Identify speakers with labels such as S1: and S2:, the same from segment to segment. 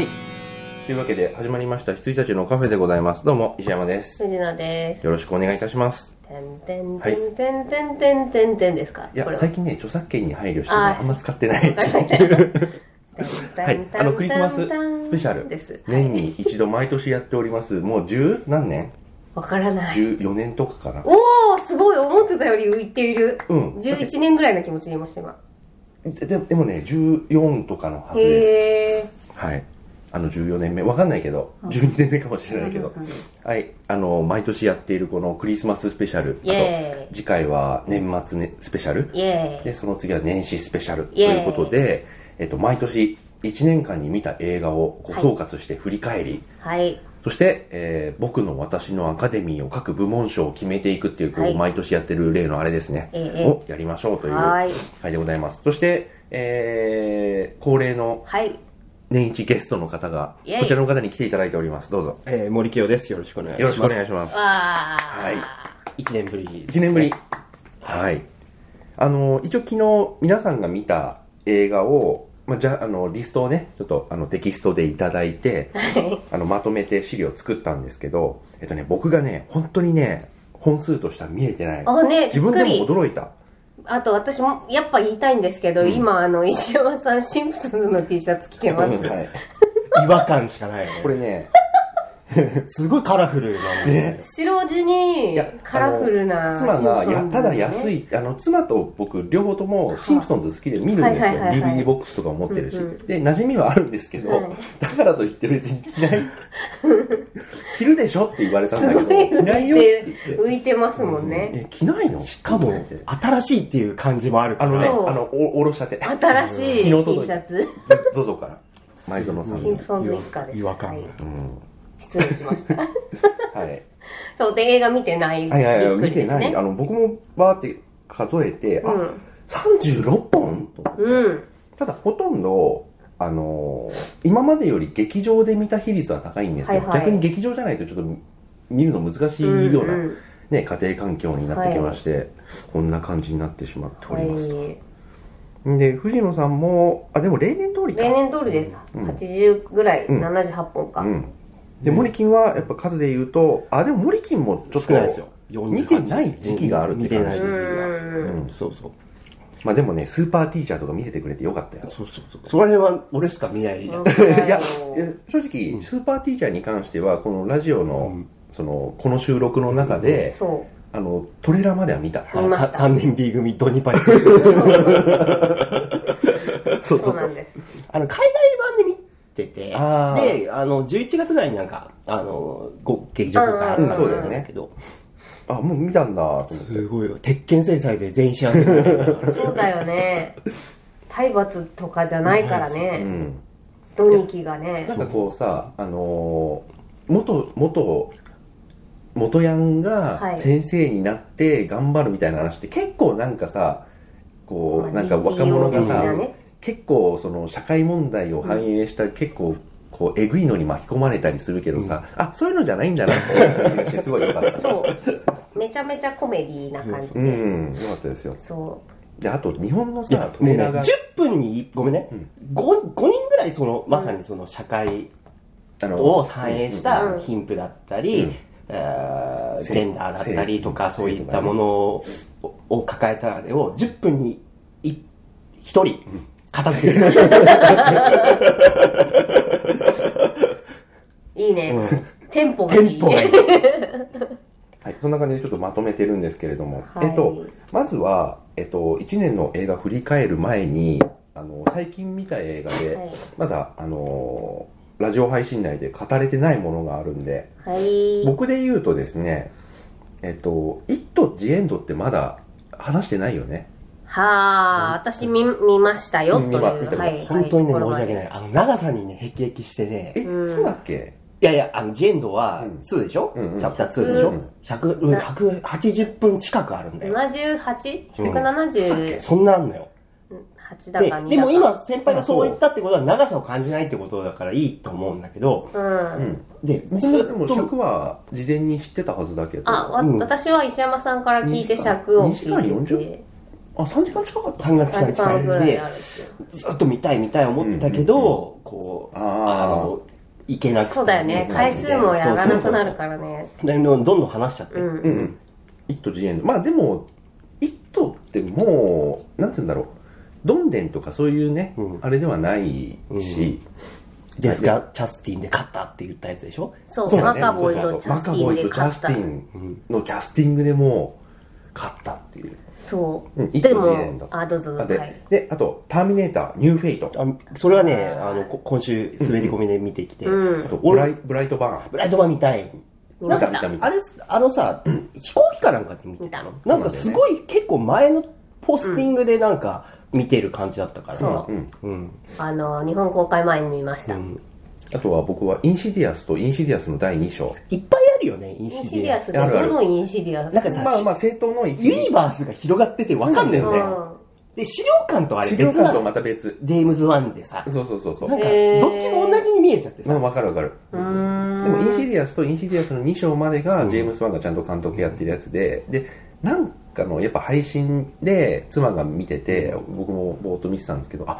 S1: いうわけで始まりました羊たちのカフェでございます。どうも、石山です。
S2: 藤野です。
S1: よろしくお願いいたします。
S2: てんてんてんてんてんてんてんてんですか
S1: いや
S2: こ、れは
S1: 最近ね、著作権に配慮してね、
S2: あー
S1: あんま使ってない。
S2: わかり ました
S1: はい、あのクリスマススペシャル
S2: です。
S1: 年に一度毎年やっております。もう十何年
S2: わからない。
S1: ?14 年とかかな。
S2: おおすごい思ってたより浮いている。
S1: うん
S2: 11年ぐらいの気持ちでいました、今。
S1: でででもね、14とかのはずで
S2: へえ。
S1: す。はい。あの14年目、わかんないけど、12年目かもしれないけど
S2: うんうんうん、
S1: はい、あの、毎年やっているこのクリスマススペシャル、
S2: イエーイ
S1: あと次回は年末ねスペシャル
S2: イ、エーイ。
S1: で、その次は年始スペシャルと
S2: イエー
S1: い
S2: イ
S1: うことで、えっと、毎年1年間に見た映画をこう
S2: はい
S1: 総括して振り返り、
S2: はい。
S1: そして、えー僕の私のアカデミーを各部門賞を決めていくっていう、こう
S2: はい
S1: 毎年やってる例のあれですね、
S2: ええ
S1: をやりましょうという
S2: はい
S1: 会でございます。そして、えー恒例の
S2: はい。
S1: 年一ゲストの方が、
S2: イエイ
S1: こちらの方に来ていただいております。どうぞ。
S3: えー、森清です。よろしくお願いします。
S1: よろしくお願いします。
S2: わ
S1: は
S2: ー。
S1: い。
S3: 1年ぶり、ね。
S1: 1年ぶり。はい。あの、一応昨日皆さんが見た映画を、まあ、じゃあ、あの、リストをね、ちょっと、あの、テキストでいただいて、あの、まとめて資料作ったんですけど、えっとね、僕がね、本当にね、本数としては見えてない。
S2: あね
S1: 自分で
S2: びっ
S1: も
S2: く
S1: 驚いた。
S2: あと私も、やっぱ言いたいんですけど、今、あの、石山さん、シンプソンズの T シャツ着てます。
S1: はい。
S3: 違和感しかないよね。
S1: これね、
S3: すごいカラフルなんで。
S2: 白地に
S1: いや、
S2: カラフルな
S1: あの妻が、
S2: シンプソンズ
S1: いや、ただ安
S2: ね。
S1: い、あの、妻と僕、両方とも、シンプソンズ好きで見るんですよ。
S2: はいはいはいはい
S1: DVD ボックスとかも持ってるし。
S2: うんう
S1: で、馴染みはあるんですけど、
S2: はい
S1: だからといって別に着 ない。着るでしょって言われたんだ
S2: す
S1: け
S2: ご
S1: ど、
S2: い
S1: 着
S2: 浮
S1: ない
S2: い
S1: よって
S2: て
S1: 言っ
S2: る浮いてますもん
S1: て。
S2: ね。
S1: え、着ないの
S3: しかも、新しいっていう感じもあるか
S1: あ
S3: ら。
S1: のね、
S2: そう
S1: あの、おおろしたて。
S2: 新しい T シ
S1: 昨日届いた
S2: ャツ。
S1: ゾゾから。前園さん
S2: シン
S1: の
S2: プ。ソンズ一家です。
S3: 違和感
S2: はい
S3: が。
S2: 失礼しま した。
S1: はい。
S2: そう、で、映画見てない。
S1: はいはいはい、
S2: びっ
S1: 見
S2: くり
S1: て
S2: です
S1: な
S2: ね
S1: い。あの、僕もバーって数えて、あ、
S2: うん
S1: 36本と思って
S2: うん。
S1: ただほとんど、あのー今までより劇場で見た比率は高いんですよ、
S2: はいはい
S1: 逆に劇場じゃないとちょっと見るの難しいような、
S2: うんうん
S1: ね、家庭環境になってきまして、こんな感じになってしまっております、
S2: はい
S1: で藤野さんもあでも例年通りか
S2: 例年通りです。80ぐらい、
S1: ん
S2: 78本か
S1: う。んで、モリキンはやっぱ数で言うとあでもモリキンもちょっと
S3: 少ないですよ。
S1: 見てない時期があるって
S3: 見てな
S1: 感
S3: い
S1: じ
S3: 時期が。うんそうそう。
S1: まあでもねスーパーティーチャーとか見せてくれてよかったよ
S3: そうそうそう。その辺は俺しか見ないやつ。
S1: いやいや正直、スーパーティーチャーに関してはこのラジオの,、そのこの収録の中で、
S2: そ
S1: あのトレーラーまでは見た、
S2: 見ました
S3: 3年 B 組ドニパリ先 生
S1: そう
S2: う。そうなんです。
S3: あの、海外版で見てて、
S1: あー
S3: で、あの、11月ぐらいになんか、あの、ご劇場公開あったん
S1: うんそうだよね
S3: けど、
S1: あもう見たんだと思って
S3: すごいよ。鉄拳制裁で全員幸せになるから。
S2: そうだよね。体罰とかじゃないからね。
S1: ん
S2: ドニキがね
S1: な。んかこうさあのー元元元ヤン
S2: は
S1: が
S2: い
S1: 先生になって頑張るみたいな話って結構なんかさこう
S2: ま
S1: な
S2: あ
S1: んか若者が
S2: GTO
S1: さ
S2: 的なね
S1: 結構その社会問題を反映した結構こうえぐいのに巻き込まれたりするけどさ、あそういうのじゃないんだなっていう感じがしてすごい良かった
S2: そう。めちゃめちゃコメディーな感じ
S1: う
S2: で。
S1: ん良かったですよ
S2: そ
S1: であと日本の
S3: いや
S1: さト
S3: も
S1: レー
S3: うね
S1: ラーが
S3: 10分にごめんね、五 5, 人ぐらいそのまさにその社会
S1: あの
S3: を反映した貧富だったり、えージェンダーだったりとか
S1: 性
S3: そういったものをを抱えたあれを10分に1人片付ける、
S2: う。いいね。テンポが
S3: テ
S2: い
S3: ン
S2: い
S3: ポ。がいい
S1: はい、そんな感じでちょっとまとめてるんですけれども、
S2: はい
S1: えっと、まずは、えっと、1年の映画振り返る前に、あの、最近見た映画で、
S2: はい
S1: まだ、あのーラジオ配信内で語れてないものがあるんで、
S2: はい。
S1: 僕で言うとですね、えっと、イット・ジ・エンドってまだ話してないよね。
S2: はあ、私見、見ましたよ、と
S1: うん
S2: い
S1: 見
S2: う。
S1: ま
S2: は
S1: 見た
S2: い。はい
S3: 本当にね申
S2: これ
S3: し訳
S2: ま
S3: な
S2: で
S3: いあの長さにね辟易してね
S1: え、そうだっけ
S3: いやいやあのジェンドは2でしょ、
S1: うんうん
S3: チャプター2でしょ、
S1: うん
S3: 100うん180分近くあるんだよ
S2: 78?178
S3: そんなあんのよ
S2: だ
S3: で
S2: か2
S3: でも今先輩がそう言ったってことは長さを感じないってことだからいいと思うんだけど、
S2: うん、
S3: で
S1: 僕もでも尺は事前に知ってたはずだけど、
S2: あ、わ
S3: うん
S2: 私は石山さんから聞いて
S1: 二時間
S2: 尺を
S1: 二時間
S2: 聞いて
S1: 40
S2: て
S1: あ、3時間近かった
S3: 3月
S2: 3時
S3: 近
S2: 間
S3: い
S2: ぐらい
S3: で
S2: あるんですよ
S3: ずっと見たい見たい思ってたけど、こう
S1: あー
S3: のいけなくて
S2: そうだよね。回数もやらなくなるからね。
S3: そうそうそうどんどん話しちゃって、
S2: うん。
S1: うん。一都自演。まあでも、一都ってもう、なんて言うんだろう。どんでんとかそういうね、
S3: うん
S1: あれではないし、
S3: ジェスカ・チャスティンで勝ったって言ったやつでしょ
S2: そう、
S1: そうだ
S2: マ
S1: ね
S2: カボイとチャ
S1: マ
S2: ステ
S1: カ
S2: ィ
S1: ボ
S2: ン
S1: イ
S2: で
S1: とジャ
S2: 勝っ
S1: ステ
S2: た。
S1: ィンのキャスティングでもう勝ったっていう。
S2: そう。
S1: うん一都
S2: で
S1: 自演だ
S2: も、あ、どうぞどうぞ。
S1: で,、
S2: はい。
S1: で、あと、ターミネーター、ニューフェイト、
S3: あそれはねあのこ今週滑り込みで見てきて、
S1: あとブライ
S3: 俺
S1: ブライトバーン。
S3: ブライトバーン見たい
S2: 見まし
S1: 見
S2: た
S1: た。見た
S3: あれあのさ、飛行機かなんかで見てたの
S2: 見
S3: なんかすごい、結構前のポスティングでなんか見てる感じだったから、
S2: そう
S1: うん。
S3: うん
S2: あの、日本公開前に見ました。
S1: あとは僕はインシディアスとインシディアスの第2章。
S3: いっぱいあるよねイン
S2: イン
S3: シ
S2: シ
S3: デ
S2: デ
S3: ィ
S2: ィ
S3: ア
S2: ア
S3: ス
S2: ス
S1: あ
S2: が、
S1: るある
S2: どのインシディアス
S3: なんかさ、
S1: まあまあ、正当の一
S3: ユニバースが広がっててわかんないよね、
S2: うん
S3: で資料館とあれ
S1: 資料
S3: 別
S1: 館
S3: な
S1: とはまた別。
S3: ジェームズ・ワンでさ
S1: そうそうそうそう
S3: なん。か
S2: へー
S3: どっちも同じに見えちゃって
S1: まあ、
S3: さ
S1: わかるわかる。でも、インシディアスとインシディアスの2章までが、ジェームス・ワンがちゃんと監督やってるやつで、で、なんかの、やっぱ配信で、妻が見てて、僕もぼーっと見てたんですけど、あ、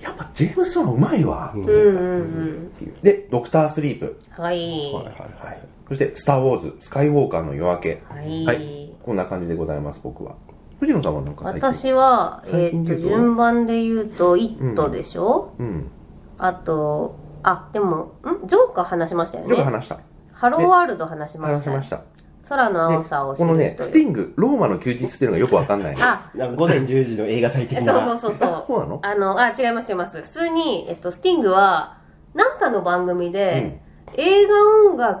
S1: やっぱジェームス・ワンうまいわ、と思ったっていう。で、ドクター・スリープ。
S2: はい。
S1: はい。そして、スター・ウォーズ、スカイ・ウォーカーの夜明け。
S2: はい
S1: こんな感じでございます、僕は。藤野さんはなんか最近。
S2: 私は、え
S1: 最
S2: ー
S1: 近
S2: っ
S1: で言
S2: と、
S1: うと
S2: 順番で言うと、イットでしょ
S1: うん。
S2: あと、あ、でも、んジョーカー話しましたよ
S1: ちょっと
S2: ね。
S1: 話した。
S2: ハローワールド話しま
S1: 話
S2: し
S1: した
S2: よ
S1: まし。た。
S2: 空の青
S1: で
S2: さを知
S1: この
S2: る
S1: ね、
S2: 人
S1: スティング、ローマの休日っていうのがよくわかんない。
S2: あ、
S3: なんか午前10時の映画祭的
S2: そう
S3: な
S2: そうそうそう。
S1: そうなの
S2: あの、あ、違います違います。普通に、えっと、スティングは、なんかの番組で、映画音楽、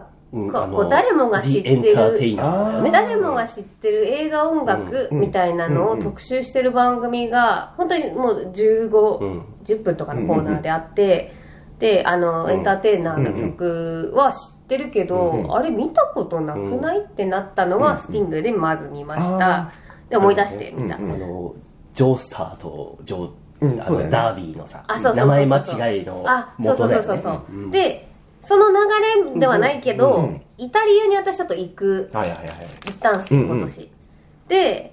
S3: うん
S2: こ
S3: あ
S2: う
S3: の
S2: こう誰もが知って
S3: The
S2: る、
S3: Entertainer だよね
S2: 誰もが知ってる映画音楽みたいなのを特集してる番組が、本当にもう15、
S3: うん
S2: 10分とかのコーナーであって、で、あの、エンターテイナーの曲は知ってるけど、あれ見たことなくないってなったのが、スティングでまず見ました。で、思い出してみた。
S3: あのジョースターとジョー、
S1: うん
S3: あ
S1: そうだ
S3: の
S1: よね
S3: ダービーのさ、
S2: あそうそうそうそ
S3: 名
S2: う
S3: 前間違いの
S2: あそうそ
S3: 元
S2: う
S3: だ
S2: そう
S3: よね
S2: そうそう、でその流れではないけど、イタリアに私ちょっと行く
S3: はいはいはい
S2: 行ったんですよ
S1: うんうん
S2: 今年、で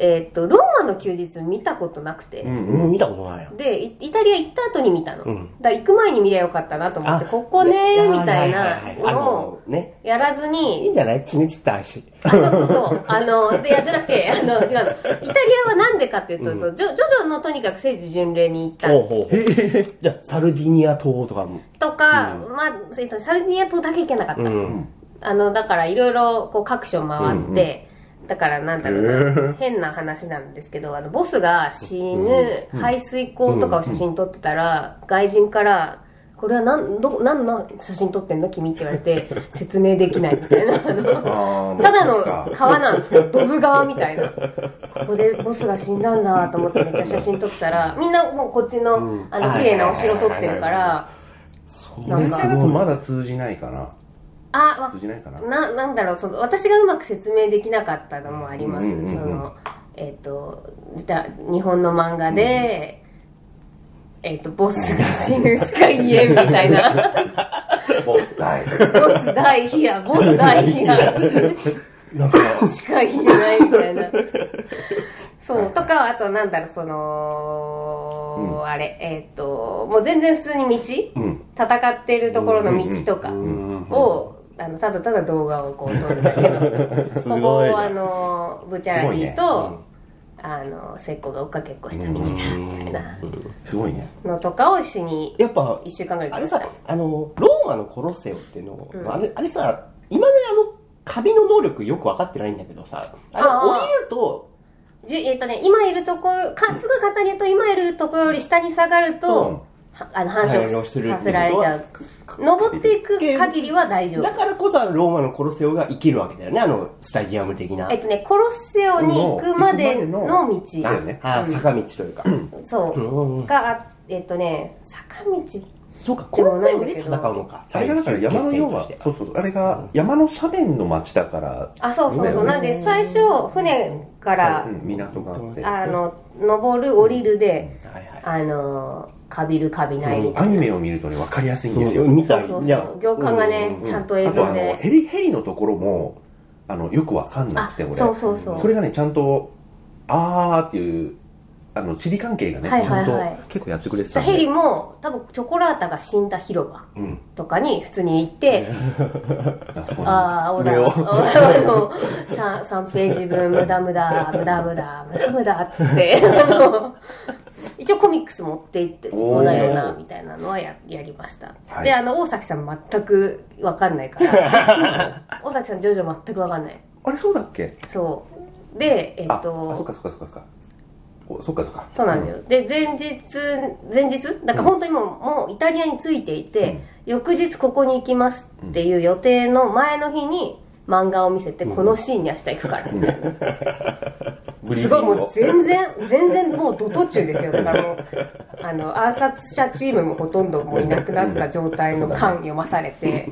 S2: えーっとローマの休日見たことなくて、
S3: もう見たことないよ
S2: でイイタリア行った後に見たの、
S3: うん
S2: だから行く前に見りゃよかったなと思ってここね
S3: や
S2: みたい
S3: は
S2: な
S3: ははいあ
S2: のを
S3: のね
S2: やらず
S3: いいん
S2: に
S3: じゃないチネチったし
S2: あそうそうそうあのでいやじゃなくてあの違うのイタリアはなんでかっていうと、そうジョジョジョのとにかく聖地巡礼に行ったんですよ
S3: ほうほうほうじゃあサルディニア島とかも
S2: とか、まあ、えっとサルディニア島だけ行けなかった。
S3: ん
S2: あの、だからいろいろこう各所回って、だからなんだろうな、変な話なんですけど、あの、ボスが死ぬ排水口とかを写真撮ってたら、外人から、これはなんど、何の写真撮ってんの君って言われて、説明できないみたいな。あの
S1: あー
S2: ただの
S1: まあそっか
S2: 川なんですよ。ドブ川みたいな。ここでボスが死んだんだと思ってめっちゃ写真撮ったら、みんなもうこっちの、あの、綺麗なお城撮ってるから、
S3: そう
S2: なん
S1: 実
S2: か
S1: 際だとまだ通じないかな。
S2: あ、わ
S1: 通じないかな。
S2: ななんだろうその私がうまく説明できなかったのもあります、
S1: うんうんうんうん
S2: そのえっ、とじゃあ日本の漫画で、えっ、とボスが死ぬしか言えんみたいな
S1: ボス大。
S2: ボス大悲やボス大悲や
S3: なんか
S2: しか言えないみたいなそうとかあとなんだろうその、あれえっ、ともう全然普通に道、
S1: ん
S2: 戦ってるところの道とか、を、あのただただ動画をこう撮るだけの人
S3: す
S2: ここ
S3: ごい
S2: をあのブチャラリー
S1: すご
S2: と、あの聖子が追っかけっこした道だみたいな
S1: すごいね。
S2: のとかを一緒に
S3: やっぱ
S2: 1週間ぐらい
S3: あ
S2: 撮り
S3: れ
S2: まし
S3: さ
S2: た
S3: あのローマのコロッセオっていうのを、あれあれさ今のあのカビの能力よく分かってないんだけどさあれ
S2: あー
S3: 降りると
S2: じゅえっとね今いるとこかすぐ片に言うと今いるとこより下に下がると、はあの繁
S3: 繁
S2: 殖
S3: 殖する
S2: させられちゃう登っていく限りは大丈
S3: だ
S2: 夫
S3: からこそあのローマのコロッセオが生きるわけだよねあのスタジアム的な、
S2: えっとねコロッセオに行くまでの
S1: 行くま
S2: 道
S1: だよね
S3: あー坂道というか、
S2: そう、
S3: うん
S2: があえっとね坂道
S3: そうかコロッセオで戦うのか
S1: あれがだから山の要は、そうそうそう、あれが山の斜面の町だから、
S2: あそうそうそ
S1: ね
S2: う、なんで最初船から、
S1: うん港があって。
S2: あの登る降りるで、
S3: はいはい
S2: あのかびるかびないみた
S1: ア
S2: いな、
S1: ニメを見るとね、わかりやすいんです
S3: そ
S1: よ
S3: う。見
S2: そ
S3: た
S2: うそう
S3: いや
S2: そう行間がね、ちゃんと映
S1: あとあ
S2: 像
S1: の、
S2: で
S1: ヘリ、ヘリのところも、あの、よくわかんな
S2: あ
S1: くて、俺。
S2: そうそうそう
S1: それがね、ちゃんと、あーっていう、あの地理関係がね、
S2: はいはいはい
S1: ちゃんと結構やってくれてたんで
S2: ヘリも多分チョコラータが死んだ広場とかに普通に行って、
S1: あそうなんだ
S2: ああ、オ
S1: 上
S2: ラ、
S1: を
S2: あの、3, 3ページ分、無駄無駄、無駄無駄、無駄無駄っつって、 あの、一応コミックス持って行ってそうだよな、
S1: おー
S2: みたいなのはややりました。
S1: はい
S2: で、あの、大崎さん全くわかんな いから、大崎さん、ジョジョ全くわかんない。
S1: あれそうだっけ
S2: そう。で、えっ
S1: ああそっ
S2: と、
S1: かそっかそっかそっかおそっかそっか
S2: そうなんですよ。で、前日、前日だから本当にもう、もうイタリアに着いていて、翌日ここに行きますっていう予定の前の日に、漫画を見せて、このシーンに明日行くから、みたいな。
S1: ブリー
S2: す
S1: フィ
S2: ごい
S1: ン
S2: も
S1: グ
S2: う
S1: を
S2: 全然、全然もうど途中ですよ。だからもう、あの、暗殺者チームもほとんどもういなくなった状態の感読まされて、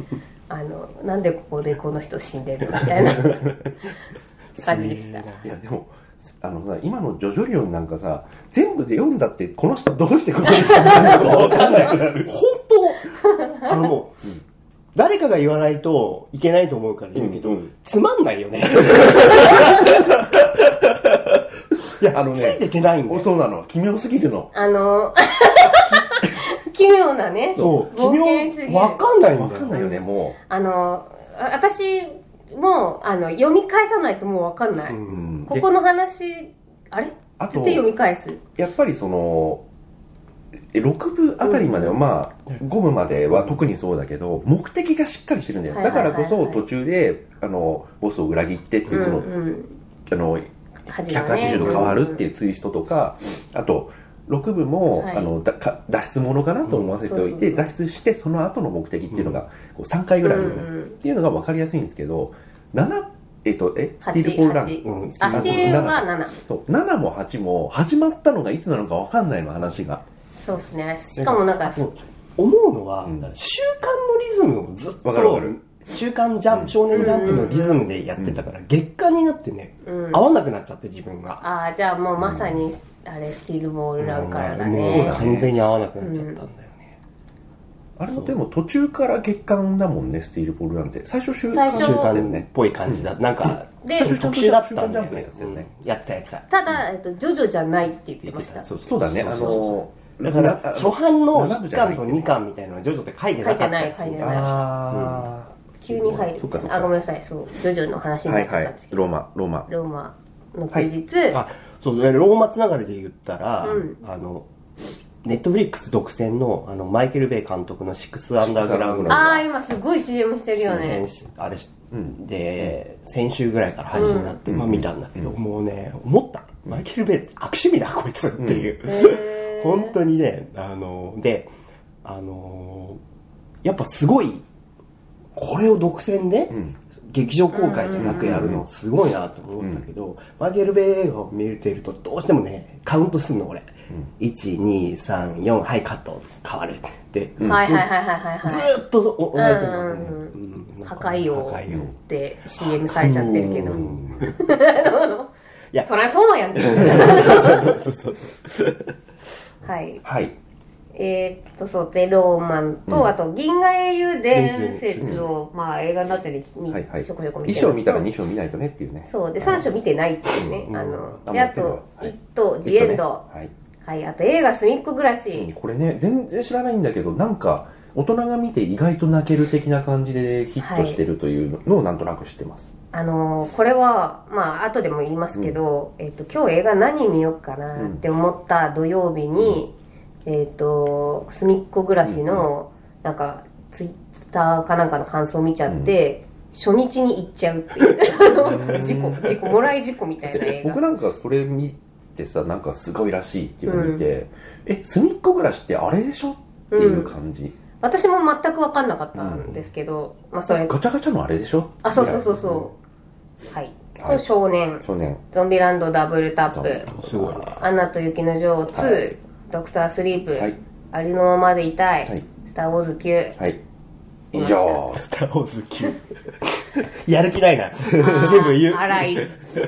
S2: あの、なんでここでこの人死んでるみたいな感じでした。
S1: いやでもあのさ今のジョジョリオンなんかさ全部で読んだってこの人どうしてここに住んでるのか分かんないくなる
S3: 本当、あのもう、誰かが言わないといけないと思うから言うけど、
S1: うんうん
S3: つまんないよね。いや、
S1: あ
S3: あ
S1: の
S3: の
S1: ね
S3: ついていけないんだ
S1: お
S3: よ。
S1: そうなの奇妙すぎるの
S2: あの、奇妙なね。
S3: そう、
S2: 冒険すぎ
S3: 奇
S2: る
S3: 妙、わかんないん
S1: 分
S3: だ
S1: かん
S3: よ。
S1: ないよねも
S2: あの、あ私も、あの、読み返さないともうわかんない。
S1: う、うん、
S2: ここの話、あれ
S1: あ
S2: つ
S1: と
S2: って読み返す。
S1: やっぱりそのえ6部あたりまでは、まあ5部までは特にそうだけど目的がしっかりしてるんだよ
S2: はい
S1: だ
S2: はいは
S1: か
S2: いは
S1: ら
S2: い
S1: こそ途中であのボスを裏切ってっていううんその,、
S2: うん。
S1: あの
S2: 火事がね
S1: 180度変わるっていうツイストとか、あと6部も、
S2: はい
S1: あのだか脱出ものかなと思わせておいて、
S2: うんそうそうそう
S1: 脱出してその後の目的っていうのが、こう3回ぐらいあるじゃないですか、
S2: うんうん
S1: っていうのが分かりやすいんですけど7えっとえス
S2: 8
S1: ティールポールラン
S2: 8
S3: うん
S2: あ、スティールは
S1: そう7も8も始まったのがいつなのか分かんないの話が
S2: 7。そうですね。しかもなんか、
S3: もう思うのは、
S1: うん
S3: 週刊のリズムをずっ
S1: わかるわ
S3: と
S1: かる
S3: 週刊ジャンプ少年ジャンプのリズムでやってたから、月刊になってね、
S2: うん
S3: 合わなくなっちゃって自分が、
S2: ああ、じゃあもうまさに、あれ、スティールボールランからだ
S3: もう
S2: ね。
S3: 完全に合わなくなっちゃったんだよね、
S1: あれもでも途中から月間だもんねスティールポールなんて最初週
S2: 最初
S3: 週
S2: そ
S3: 刊
S1: だよ
S3: っ
S1: ね
S3: ぽい感じだ、なんか
S2: で
S3: 特殊だったんだよ
S1: 週刊ジャンプのやつだよね
S3: ね、うんやってたやつだ
S2: ただ、えっと、ジョジョじゃないって言って
S3: 言っ
S2: ま
S3: て
S2: した。
S3: た
S2: 書
S1: そうだねあの
S3: だから
S1: な
S3: 初版の
S1: 七部
S3: 1
S1: じゃな
S3: 巻
S1: い
S3: と2巻みたいなのはジョジョって書いてなか
S2: い
S3: った
S2: て
S3: んで
S2: ない、
S3: す
S2: 書いて
S3: よ
S2: ない。
S1: あー
S2: 急に入る
S1: そっかそっ。か
S2: あ、ごめんなさい。そう、ジョジョの話に
S1: は
S2: なっ
S1: い
S2: ちゃ
S1: は
S2: ったん
S1: い
S2: ですけど。
S1: ローマローマ
S2: ローマの休日、
S3: あそうでローマつながりで言ったら、
S2: うん
S3: あのネットフリックス独占のあのマイケル・ベイ監督の「シックス・アンダーグラウンド」
S2: ああ、今すごい CM してるよね
S3: 先。週あれし、で、先週ぐらいから配信になって、まあ見たんだけど、もうね、思った。マイケル・ベイって悪趣味だ、こいつっていう。
S2: へー
S3: 本当にね、あの、で、あの、やっぱすごい、これを独占で、劇場公開じゃなくやるのすごいなと思ったけど、マイケル・ベイ映画を見てるとどうしてもねカウントすんの俺、1234はいカット変わるって、
S2: はいはいはいはいはい
S3: ず
S2: は
S3: ーっとお同じようなね
S2: うん
S3: うん
S2: い。
S3: なん
S2: 破
S3: か
S2: 壊王
S3: 破壊王
S2: って CM されちゃってるけど。
S3: いや
S2: そりゃそうやんけ。
S3: そうそうそう
S2: はい。
S1: はい
S2: えーっと、そう、で、ローマンと、あと、銀河英雄伝説を、まあ、映画になってるに、
S1: はいはい
S2: ちょこちょこ
S1: 1
S2: 見てる
S1: 章見たら2章見ないとねっていうね
S2: そう、で、3章見てないっていうね。あの、
S1: あ
S2: で、あ
S1: 持っ
S2: と、
S1: てる
S2: 一等、ジエンド。
S1: はい
S2: はい、あと、映画、隅っこ暮らし。
S1: これね全然知らないんだけどなんか大人が見て意外と泣ける的な感じでヒットしてるというのをなんとなく知ってます、
S2: あのーこれは、まあ、後でも言いますけど、えっと、今日映画何見ようかなって思った土曜日に、えっと、すみっこ暮らしの、なんか、ツイッターかなんかの感想見ちゃって、初日に行っちゃうっていう。事故、事故、もらい事故みたいな映
S1: 僕
S2: 画。
S1: なんかそれ見てさなんかすごいらしいっていうのを見て、え隅っこ暮らしってあれでしょっていう感じ、
S2: 私も全く分かんなかったんですけど、まあ、それ、
S1: ガチャガチャのあれでしょ
S2: あ、そうそうそうそう。はい。
S1: は
S2: と、
S1: い
S2: 少年、
S1: 去年
S2: ゾンビランドダブルタッ
S1: そう
S2: プ。
S3: すごいね
S2: アナと雪の女王2、
S1: はい
S2: ドクタースリープ、
S1: はい
S2: ありのままでいたい、
S1: はい
S2: スター・ウォーズ 9、
S1: はい以上
S3: スター・ウォーズ級 やる気ないな全部言う
S2: 荒い、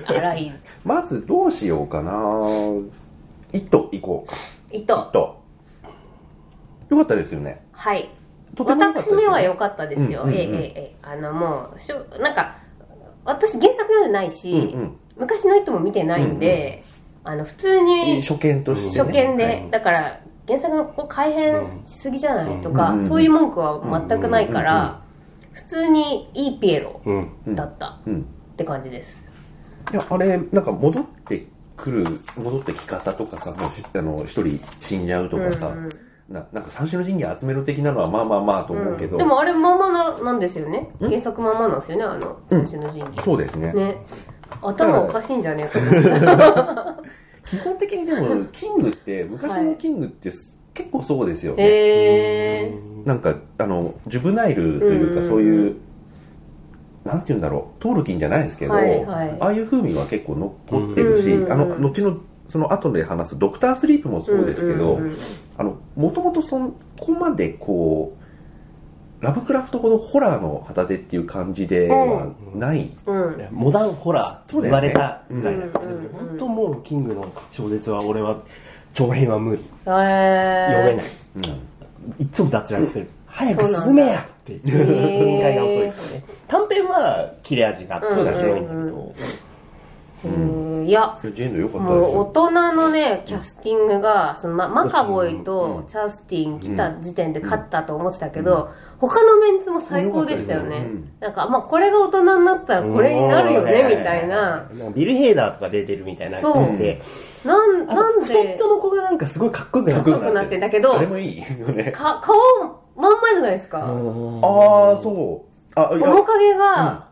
S2: 荒い、
S1: まずどうしようかな「イット!」行こうか「イッ
S2: 糸、
S1: ト!」よかったですよね
S2: はい。
S1: とても良かったです
S2: 私
S1: よね
S2: めは良かったですよ。
S1: うんうんうん
S2: ええええええあのもうしょ、なんか、私原作読んでないし、
S1: うんうん
S2: 昔の人も見てないんで、あの普通に
S1: 初見として、ね、
S2: 初見で、
S1: はい
S2: だから原作のここ改変しすぎじゃない、とか、
S1: うん
S2: そういう文句は全くないから、普通にいいピエロ
S3: うん。
S2: だった
S1: うん、
S2: って感じです、
S1: いや、あれ、なんか戻ってくる、戻ってき方とかさ、もうあの、一人死んじゃうとかさ、
S2: うんうん
S1: ななんか三種の神器集めろ的なのはまあまあまあと思うけど、
S2: でもあれまあまあななんですよね原作まあまあなんですよねあの「三種の神器」
S1: そうですね。
S2: ね頭おかしいんじゃねえかと
S1: 基本的にで も、キングって、昔のキングって、結構そうですよね。
S2: へえ
S1: なんか、あの、ジュブナイルというか、
S2: うん
S1: そういう、なんて言うんだろう、トールキンじゃないですけど、
S2: はいはい
S1: ああいう風味は結構残ってるし、
S2: うん
S1: あの、後の、その後で話すドクタースリープもそうですけど、あの、もともとそんこまでこう、ラブクラフトほどホラーの旗手っていう感じではない。
S2: うん
S3: モダンホラーと言われたぐらいだったけど、
S2: そうだよねうん
S3: 本当もうキングの小説は俺は長編は無理
S2: へえ
S3: 読めない、
S1: うん
S3: いつも脱落する、早
S2: そう
S3: く
S2: なんだ
S3: 進めやっていう
S2: ー
S3: 展開が遅いからね短編は切れ味があって
S2: そうだね
S3: 広いんだけど、
S2: うんいや
S1: ジェンド良かったです
S2: もう
S1: よ。
S2: 大人のねキャスティングがその、ま、マカボイとチャスティン来た時点で勝ったと思ってたけど、他のメンツも最高でしたよね、
S1: うん
S2: なんか、まあ、これが大人になったらこれになるよね、みたいな。
S3: んかビル・ヘイダーとか出てるみたいな感じで
S2: なん
S3: あ
S2: なん
S3: の太っ
S2: で
S3: ちょの子がなんかすごいかっこよくなった
S2: 高くなってんだけど
S1: あれもいいよね。
S2: か顔まんまじゃないですか、
S1: ああ、そう。あ、いや
S2: 面、影が、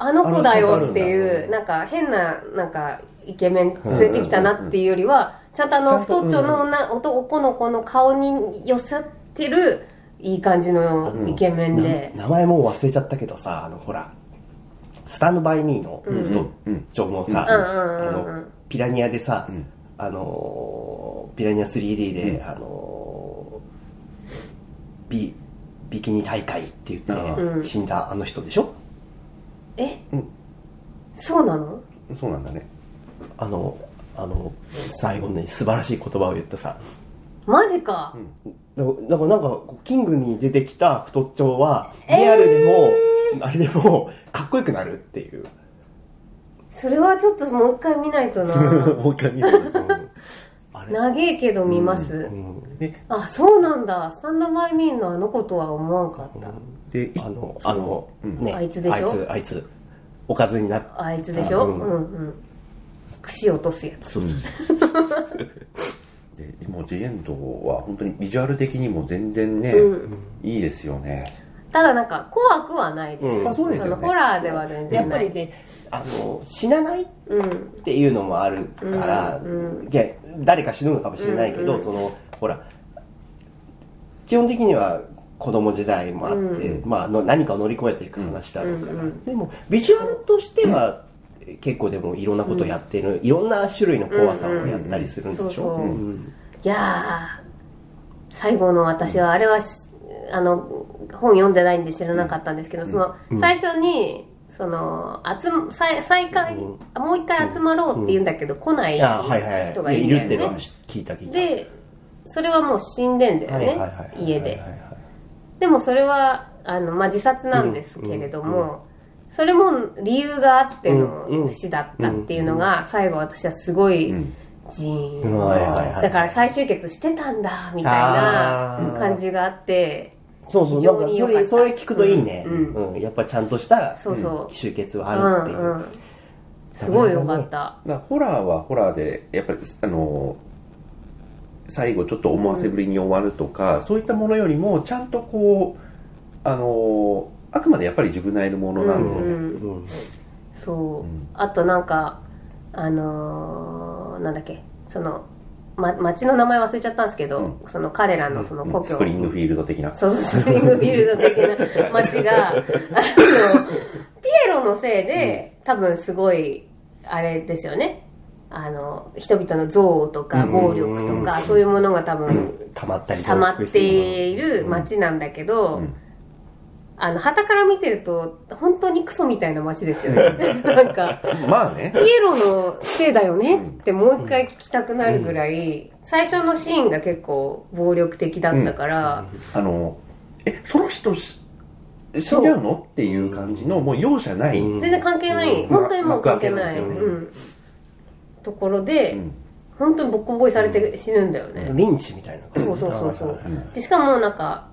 S2: あの子だよって
S1: あのちゃんとあ
S2: い
S1: る
S2: う、なんか変な、なんか、イケメン連れてきたなっていうよりは、ちゃんとあの太っちょの女、男の子の顔に寄せてる、いい感じのイケメンで。
S3: な名前もう忘れちゃったけどさあのほらスタンドバイミーの人ちょもさ、あ
S2: うんうんうんうん
S3: のピラニアでさ、あのーピラニア 3D で、あのービビキニ大会って言って、
S2: うん
S3: 死んだあの人でしょ
S2: え
S1: うん
S2: そうなの
S1: そうなんだね。
S3: あのあの最後に素晴らしい言葉を言ったさ
S2: マジか。
S3: だからだからなんかこうキングに出てきた太っちょはリアルでも、あれでもかっこよくなるっていう
S2: それはちょっともう一回見ない と な。
S1: もう一回見る。
S3: あれ
S2: 長えけど見ます
S3: う。ん
S2: あ、そうなんだ。スタンドバイミーのあの子とは思わんかった。
S1: で、い
S3: あのあの、ね
S2: あいつでしょ
S3: あいつあいつおかずになっ
S2: あいつでしょう
S3: うんん
S2: うん。串落とすやつ。
S3: そう
S1: でもうジエンドは本当にビジュアル的にも全然ね、いいですよね。
S2: ただなんか怖くはないです、
S3: うんま
S1: あそうですよね
S2: のホラーでは全
S3: やっ
S2: 然な
S3: ぱ
S2: い
S3: りねあの死なない
S2: うん
S3: っていうのもあるから、いや誰か死ぬのかもしれないけど、そのほら基本的には子供時代もあって、まあ、の何かを乗り越えていく話だろうから、でもビジュアルとしては、結構でもいろんなことをやってる、いろんな種類の怖さをやったりするん
S2: そ
S3: で
S2: う
S3: し
S2: そ
S3: ょ、
S2: う、いやー最後の私はあれはしあの本読んでないんで知らなかったんですけど、その最初にその集ま再再会、もう一回集まろうって言うんだけど、来ない
S3: い
S2: 人
S3: やはいはい
S2: が
S3: はい
S2: い
S3: い
S2: る
S3: るっ
S2: んだ
S3: ての
S2: よ
S3: は
S2: ね
S3: 聞いた聞いた
S2: でそれはもう死んでんだよ
S3: はい
S2: ね、
S3: はいはいはい
S2: 家で
S3: はいはい
S2: でもそれはあの、まあ、自殺なんですけれども、それも理由があって
S3: うんう
S2: の
S3: ん
S2: 死だったっていうのが最後私はすごいジーン、
S3: うんはいはいはい
S2: だから再集結してたんだみたいな
S3: あー
S2: 感じがあって
S3: そうそう
S2: 非
S3: なん
S2: 常
S3: か
S2: に
S3: そ
S2: 良かった
S3: れそれ聞くといいね、
S2: う
S3: うんんやっぱちゃんとした
S2: そうそう
S3: 集結は
S2: う
S3: あるっていう、
S2: んうんすごいよかった、
S1: なホラーはホラーでやっぱりあの最後ちょっと思わせぶりに終わるとか、そういったものよりもちゃんとこうあのあくまでやっぱり自分なりのものなんで、
S2: うん
S3: うん
S2: そう、あとなんかあのーなんだっけその、ま、町の名前忘れちゃったんですけど、その彼らのその故郷、
S1: スプリングフィールド的な
S2: そうスプリングフィールド的な街 が、あの、ピエロのせいで、多分すごい、あれですよね。あの、人々の憎悪とか暴力とか、そういうものが多分
S3: 溜まったり
S2: 溜まっ
S3: 増幅す
S2: て
S3: る
S2: いる街なんだけど、あの、旗から見てると、本当にクソみたいな街ですよね。 なんか、
S1: まあね
S2: ピエロのせいだよねってもう一回聞きたくなるぐらい、最初のシーンが結構暴力的だったから、
S1: あのえその人し死んじゃうのっていう感じのもう容赦ない、
S2: 全然関係ない、
S1: ん
S2: 本当にもう関係な
S1: 幕開
S2: い、
S1: けなんですよね
S2: うんところで、
S1: ん
S2: 本当にボッコボコにされて死ぬんだよね、
S3: リンチみたいな感じ
S2: そうそうそうそ
S3: はいはいはいう
S2: でしかもなんか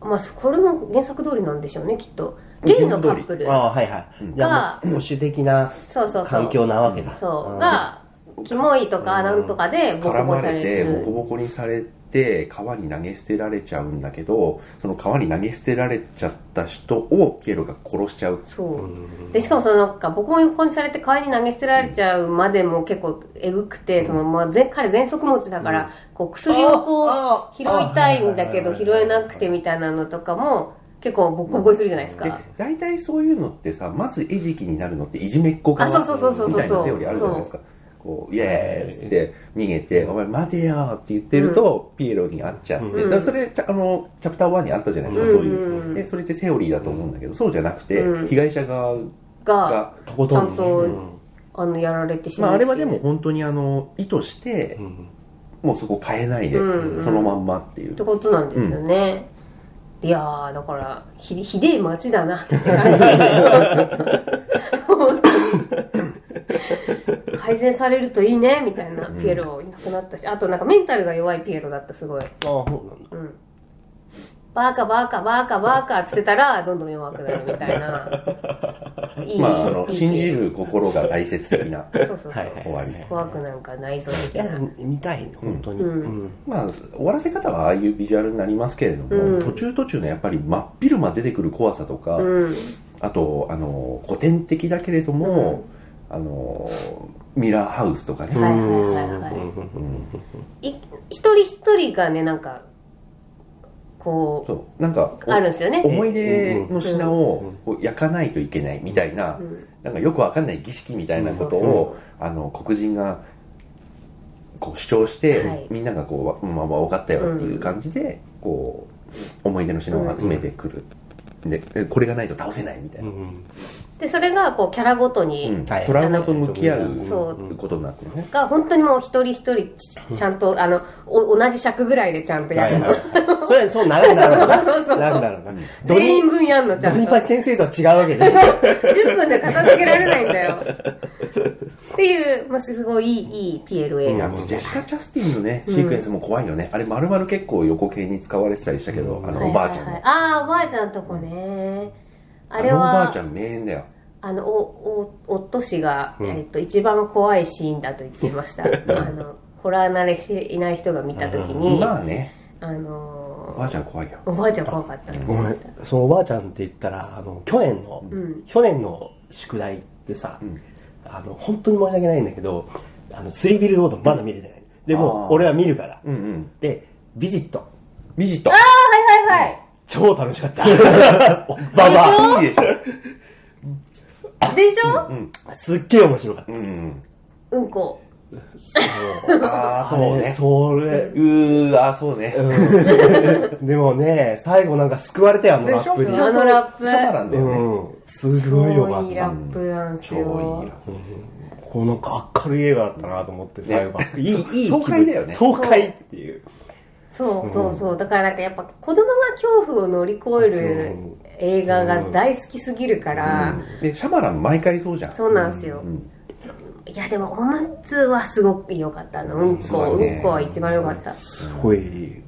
S2: まあこれも原作通りなんでしょうねきっとゲイのカップル
S3: ああはいはい、じゃあもう保守的な
S2: そうそうそう
S3: 環境なわけだ
S2: そううんがキモいとかなんとかでボコ
S1: 絡
S2: ボコ
S1: ま
S2: にさ
S1: れ
S2: れ
S1: て
S2: る
S1: ボコボコにされて川に投げ捨てられちゃうんだけどその川に投げ捨てられちゃった人をケロが殺しちゃう
S2: そうでしかもそのなんかボコボコにされて川に投げ捨てられちゃうまでも結構えぐくて、そのまあ、ぜ彼全息持ちだから、こう薬をこう
S3: ああ
S2: 拾いたいんだけど
S3: あ
S2: 拾えなくてみたいなのとかも結構ボコボコにするじゃないですか、
S1: で大体そういうのってさまず餌食になるのっていじめっ子側
S2: あそうそうそうそうそう
S1: みたいなセオリーあるじゃないですかこうイエーイっつって逃げて「お前待てよ」って言ってると、ピエロに会っちゃって、だからそれちゃあのチャプター1にあったじゃないですか、そういうでそれってセオリーだと思うんだけど、そうじゃなくて、被害者側
S2: が
S1: が、
S3: とこ
S2: ち
S3: と
S2: ゃ
S3: んね
S2: んと、
S3: うん
S2: あのやられてし
S1: ま
S2: ま
S1: あ、
S2: うっ
S1: あ
S2: て
S1: れ
S2: いう
S1: はでも本当にあの意図して、
S3: ん
S1: もうそこ変えないで、
S2: うん
S1: そのまんまっていう
S2: ってことなんですよね、いやーだからひひでえ街だなって感じ本当に改善されるといいねみたいなピエロいなくなったしあとなんかメンタルが弱いピエロだったすごい
S3: あそうなんだ
S2: バーカバーカバーカバーカっつってたらどんどん弱くなるみたいないい、
S1: まああの
S2: いい
S1: 信じ
S2: ピエ
S1: る心が大切的な
S2: ロそうそうそう、
S3: はいはい
S1: 終わり
S2: 怖くなんかないぞみ
S3: い
S2: たい
S3: や
S2: な
S3: 見たい本当に、うん
S1: まあ、終わらせ方はああいうビジュアルになりますけれども、途中途中のやっぱり真っ昼間出てくる怖さとか、
S2: うん
S1: あとあの古典的だけれども、あのミラーハウスとかね、
S2: はいはいはいはいい一人一人がねなんかこう
S1: そうなんかお
S2: あるんですよね
S1: 思い出の品をこう焼かないといけないみたいな,、なんかよくわかんない儀式みたいなことを、あの黒人がこう主張して、
S2: はい
S1: みんながこう「まあまあ分かったよ」っていう感じで、こう思い出の品を集めてくる、でえこれがないと倒せないみたいな、うん
S2: でそれがこうキャラごとに、
S3: はい
S1: トラウマと向き合
S3: うん
S2: そう
S1: うことになってるね。
S2: が本当にもう一人一人ちちゃんとあのお同じ尺ぐらいでちゃんとやるの、
S3: それはそう長くなるな
S2: そうそうそう
S3: 長くなるな ド
S2: 全
S3: リ
S2: 員分やんの ち
S3: ド
S2: ゃん
S3: リ
S2: と
S3: パチ先生とは違うわけね
S2: 10分で片付けられないんだ よっていう、まあ、すごいいいいい PL 映画、
S1: ジェシカ・チャスティンのね、シークエンスも怖いよね。あれ、丸々結構横系に使われてたりしたけど、あの、おばあちゃん
S2: はいはいはい
S1: の。
S2: ああおばあちゃんとこねあ
S1: あ
S2: れ
S1: のお
S2: は
S1: ばあちゃん名演だよ。
S2: あのおお夫氏が、えっと一番怖いシーンだと言っていまし たあのホラー慣れしていない人が見た時に、
S1: まあね、
S2: あ
S1: お
S2: の
S1: ばあちゃん怖いよ。
S2: ーおばあちゃん怖かったって
S3: ご
S2: 言って
S3: め
S2: ま
S3: ん
S2: した
S3: そのおばあちゃんって言ったらあの去年の、去年の宿題ってさ、あの本当に申し訳ないんだけどあのスリービルロードまだ見れてないで
S1: あ
S3: も
S1: ー
S3: 俺は見るから、
S1: うんうん。
S3: でビジット
S1: ビジット。
S2: はいはい
S3: 超楽しかった おばば
S1: いいでしょ。
S2: でしょ、うん、
S3: すっげえ面白かった、
S1: うん
S2: こ。
S1: うん。ああ、
S3: あ
S1: そう
S3: れ
S1: ね。
S3: それ
S1: うー、あーそうね。
S3: でもね最後なんか救われたよあの
S1: で
S3: ラ
S1: しょ
S3: ップに
S2: あのラップ
S1: シャマランだよね。
S3: うんすごいよか
S2: いい
S3: った
S2: ラップなんです
S1: 超いい
S2: よ
S1: ラ
S3: このなんか明るい映画だったなと思って最後 いいいい気分
S1: 爽快だよね
S3: 爽快っていう
S2: そうそうそうだからなんかやっぱ子供が恐怖を乗り越える映画が大好きすぎるから、
S1: ップ。で、シャマラン毎回そうじゃん。
S2: そうなんですよ、いやでもお松はすごく良かったのうんこ、
S1: そう
S2: う
S1: ね
S2: んこは一番良かった、
S3: すごい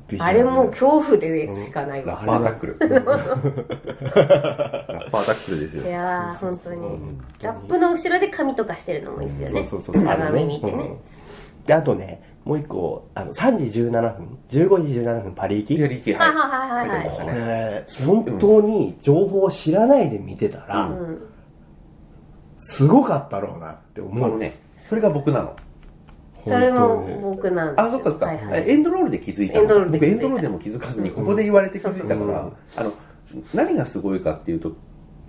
S3: 美
S2: あれもう恐怖でしかない
S1: ラ
S2: わ、
S1: ッパータックル。ラッパータックルです
S2: い
S1: よ。
S2: やー本当にラップの後ろで髪とかしてるのもいいですよね
S3: そうそうそう
S2: 鏡見てね、
S3: うんであとねもう一個あの3時17分15時17分パリ行き
S1: リアリティ
S2: あ
S1: 入
S2: はいはいはいはい
S3: これ本当に情報を知らないで見てたら、すごかったろうなって
S1: あ
S3: 思
S1: の
S3: う
S1: ね、それが僕なの。
S2: それ
S3: 本
S2: も僕なんですよ
S1: あ、そっかそっか、
S2: はいはい
S1: エンドロールで気づいた
S2: エンドロールで
S1: 僕
S2: 気づい
S1: エ
S2: た
S1: ンドロールでも気づかずに、ここで言われて気づいたから、あの、何がすごいかっていうと、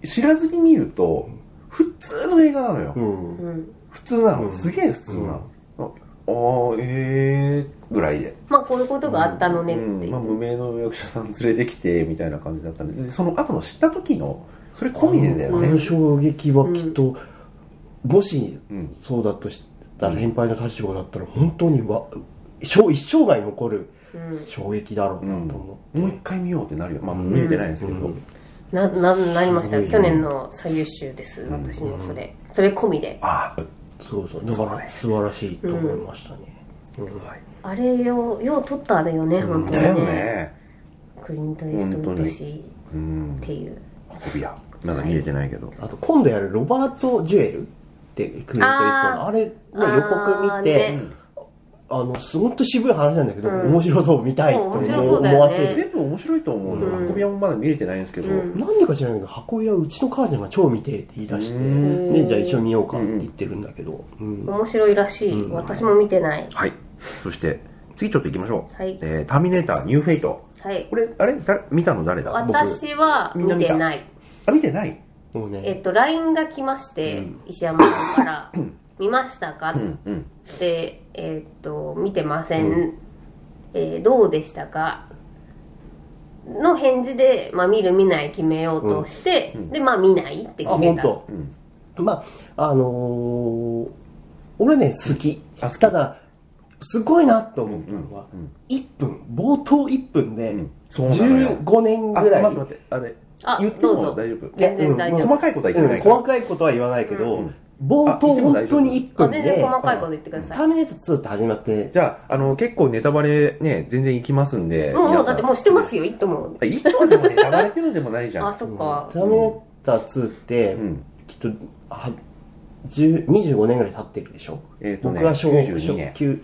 S1: 知らずに見ると、普通の映画なのよ。
S3: うん
S1: 普通なの。すげえ普通なの。ああー、ええー、ぐらいで。
S2: まあこういうことがあったのねっ
S1: う
S2: て
S1: ん
S2: いう、
S1: まあ、無名の役者さん連れてきて、みたいな感じだったんで、でその後の知った時の、それ込みでだよ
S3: あ
S1: ね。
S3: の衝撃はきっと、もしそうだとしたら先輩の立場だったら本当にわ一生一生涯残る衝撃だろうなと思う、
S1: もう一回見ようってなるよ。まあ、見れてないですけど。
S2: なななりました去年の最優秀です私のそれ、それ込みで
S1: ああ、
S3: そうそうだから素晴らしいと思いましたね、
S2: あれよよう撮ったあれよね本当
S1: だ
S2: にね
S1: よね。
S2: クリント・イーストウッド氏っ
S1: うん。
S2: ていう
S1: 運び屋。まだ見れてないけど。
S3: あと今度やるロバート・ジュエルってクリント・イーストウッドのあれね
S2: あー
S3: 予告見て、
S2: ね
S3: あのすごく渋い話なんだけど、面白そう見たいと思,、
S2: うん面白そうだよね
S3: わせる
S1: 全部面白いと思うの。運び屋もまだ見れてないんですけど。
S2: うん
S3: なんでか知らないけど箱屋うちの母ちゃんが超見てえって言い出して、
S1: うん
S3: ね、じゃあ一緒に見ようかって言ってるんだけど、うん
S2: 面白いらしい私も見てない
S1: はい。そして、次ちょっと行きましょう。
S2: はい
S1: えーターミネーター、ニューフェイト。
S2: はい
S1: これ、あれだ見たの誰だ僕。
S2: 私は
S1: みんな
S2: 見
S1: 見た
S2: てない
S1: あ、見てない
S3: もうね
S2: えっと LINE が来まして、石山さん から「見ましたか?」
S1: うん、うん。
S2: って、えっと「見てません」えーどうでしたか?」の返事で、まあ、見る見ない決めようとして、でまあ見ないって
S3: あ
S2: 決め
S3: 本
S2: た
S3: 当、まああのー俺ね好き
S1: あ好き
S3: ただすごいなと思ったのは、一1分冒頭1分で
S1: うんそうなのよ
S3: 15年
S1: あ、
S3: ぐらい、
S1: 待って待って、あれ、
S2: あ
S1: 言っても
S2: どうぞ
S1: 大丈夫。
S2: 全然大丈夫
S1: 細かいことは言ってな
S3: うん
S1: いから。
S3: 細かいことは言わないけど、
S1: うん
S3: 冒
S1: あ言
S3: 頭
S1: っても
S3: 本
S1: 大丈夫
S3: 当に1
S2: あ
S3: 分で
S2: 全然細かいこと言ってくださ
S3: タ
S2: い、
S3: ーミネーター2って始まって
S1: じゃあ、あの、結構ネタバレね、全然いきますんで。
S2: もうも
S1: 皆
S2: う
S1: さ
S2: だ
S1: ん
S2: ってもうしてますよ一とも
S1: あいいとでもネタバレってのでもないじゃん。
S2: あそっか、
S3: ターミネーター2って、
S1: ん
S3: きっとは10 25年ぐらい経ってるでしょ、
S1: えーとね
S3: 僕は小
S1: 92年
S3: 小9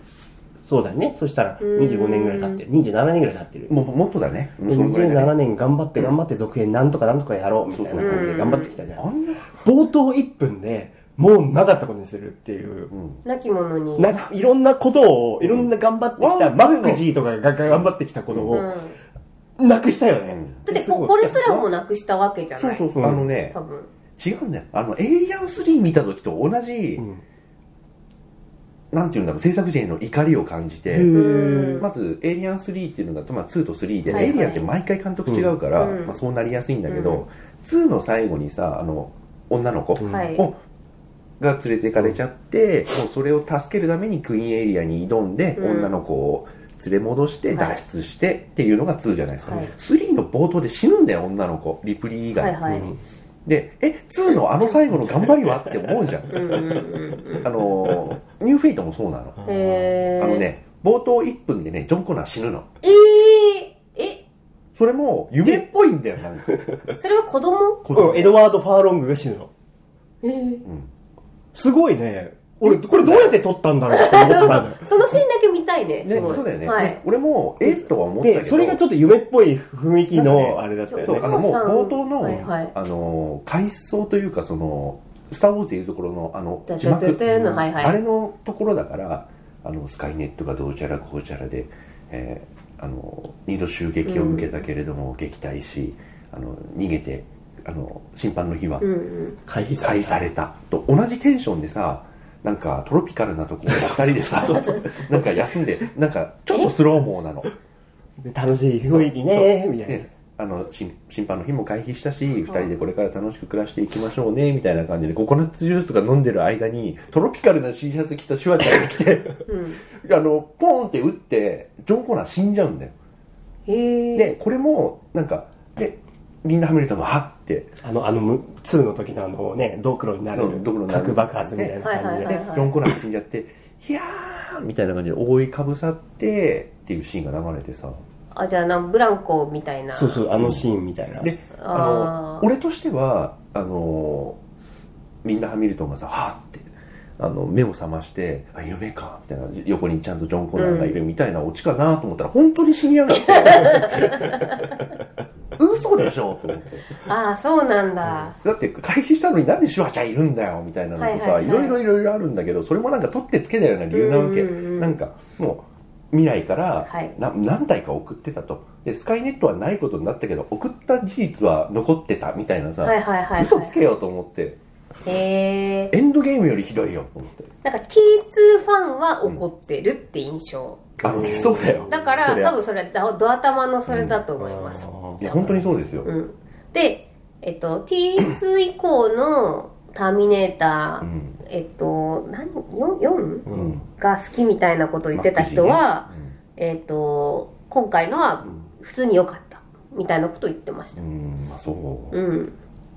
S3: そうだねそしたら25年ぐらい経ってる27年ぐらい経ってる
S1: もうもっとだね。うんそのぐらいだね
S3: 27年頑張って頑張って続編なんとかなんとかやろうみたいな感じで頑張ってきたじゃ
S1: あ
S3: ん
S1: んな、
S3: 冒頭1分でもうなかったことにするっていう、
S2: なき者に
S3: ないろんなことをいろんな頑張ってきた、
S1: うん
S3: マック G とかが頑張ってきたことをなくしたよね、
S2: だってここれすらもなくしたわけじゃ
S1: そ
S2: な
S1: う
S2: い
S1: そうそう。
S3: うん
S1: あのね
S2: 多、分
S1: 違うんだよ。あの、エイリアン3見た時と同じ、
S3: ん
S1: なんていうんだろう、制作陣への怒りを感じて、
S2: うん
S1: まず、エイリアン3っていうのが、まあ、2と3で、
S2: はいはい
S1: エイリアンって毎回監督違うから、
S2: うん
S1: まあ、そうなりやすいんだけど、2の最後にさ、あの、女の子を、
S2: はい
S1: が連れていかれちゃって、もうそれを助けるためにクイーンエイリアに挑んで、
S2: うん
S1: 女の子を連れ戻して
S2: はい
S1: 脱出してっていうのが2じゃないですか、
S2: はい
S1: 3の冒頭で死ぬんだよ、女の子。リプリー以外。
S2: はいはい、うん
S1: で、え、2のあの最後の頑張りはって思うじゃん。
S2: うんうん、
S1: あのー、ニューフェイトもそうなの。
S2: えー、
S1: あのね、冒頭1分でね、ジョン・コナー死ぬの。
S2: えー、
S1: それも、夢っぽいんだよ、 なんか。
S2: えそれは子供
S3: うんエドワード・ファーロングが死ぬの
S2: えー、
S3: すごいね俺これどうやって撮ったんだろうって思 ったんだよ
S2: そのシーンだけ見たいね
S1: ね、
S2: すごい
S1: そうだよね。
S2: はい
S1: ね俺も、えっとは思ったけど。
S3: でそれがちょっと夢っぽい雰囲気のあれだったよ
S1: そう、
S3: ね
S1: あの、もう
S2: お母さん
S1: 冒頭の、
S2: はいはい
S1: あのー、回想というか、その、スター・ウォーズでいうところの、あの
S2: だ、
S1: 字幕。
S2: だだだのはいはい
S1: あれのところだから、あの、スカイネットがどうちゃらこうちゃらで、えーあの、二度襲撃を受けたけれども、撃退し、あの、逃げて、あの、審判の日は
S2: うんうん
S3: 回避
S1: 再されたと同じテンションでさなんかトロピカルな とこ2人でさなんか休んでなんかちょっとスローモーなの
S3: で楽しい雰囲気ねみたいな
S1: であの審審判の日も回避したし2人でこれから楽しく暮らしていきましょうねみたいな感じでココナッツジュースとか飲んでる間にトロピカルな T シャツ着たシュワちゃんが来て、 あのポンって打ってジョン・コナー死んじゃうんだよ
S2: へえ
S1: でこれもなんかでリンダ・ハミルトンがはって
S3: あのあのむ2の時のあのねドクロにな
S1: そう
S3: る
S1: ドクロになる
S3: 核爆発みたいな感じで
S2: はいはい
S1: で
S2: はい
S1: ジョン・コナーが死んじゃって「ひゃー!」みたいな感じで覆いかぶさってっていうシーンが流れてさ
S2: あじゃあなんブランコみたいな
S3: そうそうあのシーンみたいな
S1: であ
S2: あ
S1: の
S2: ー
S1: 俺としてはあのみんなハミルトンがさ「はーってあの目を覚まして「あ夢か」みたいな横にちゃんとジョン・コナーがいるみたいなオチかなと思ったら、本当に死にやがって 嘘でしょと思って
S2: ああそうなんだ、
S1: だって回避したのになんでシュワちゃんいるんだよみたいなのとか、
S2: はいはいいはい
S1: ろいろいろいろあるんだけどそれもなんか取ってつけたような理由なわけ、
S2: うんうんうん
S1: なんかもう未来から
S2: はい
S1: な何体か送ってたとでスカイネットはないことになったけど送った事実は残ってたみたいなさ、
S2: はいはいはいはい
S1: 嘘つけようと思って
S2: へえ
S1: エンドゲームよりひどいよと思って
S2: なんか T2 ファンは怒ってるって印象、
S1: あのそうだよ
S2: だから
S1: これ
S2: 多分それドド頭のそれだと思います、
S3: あ
S1: いや本当にそうですよ、
S2: うん、で、えっと、T2 以降の「ターミネーター」
S1: ん
S2: えっと何 4, 4?
S3: ー
S1: うん
S2: が好きみたいなことを言ってた人は、えっと今回のは普通に良かったみたいなことを言ってまし
S1: う
S2: た
S1: ん、うんまあそう
S2: うん、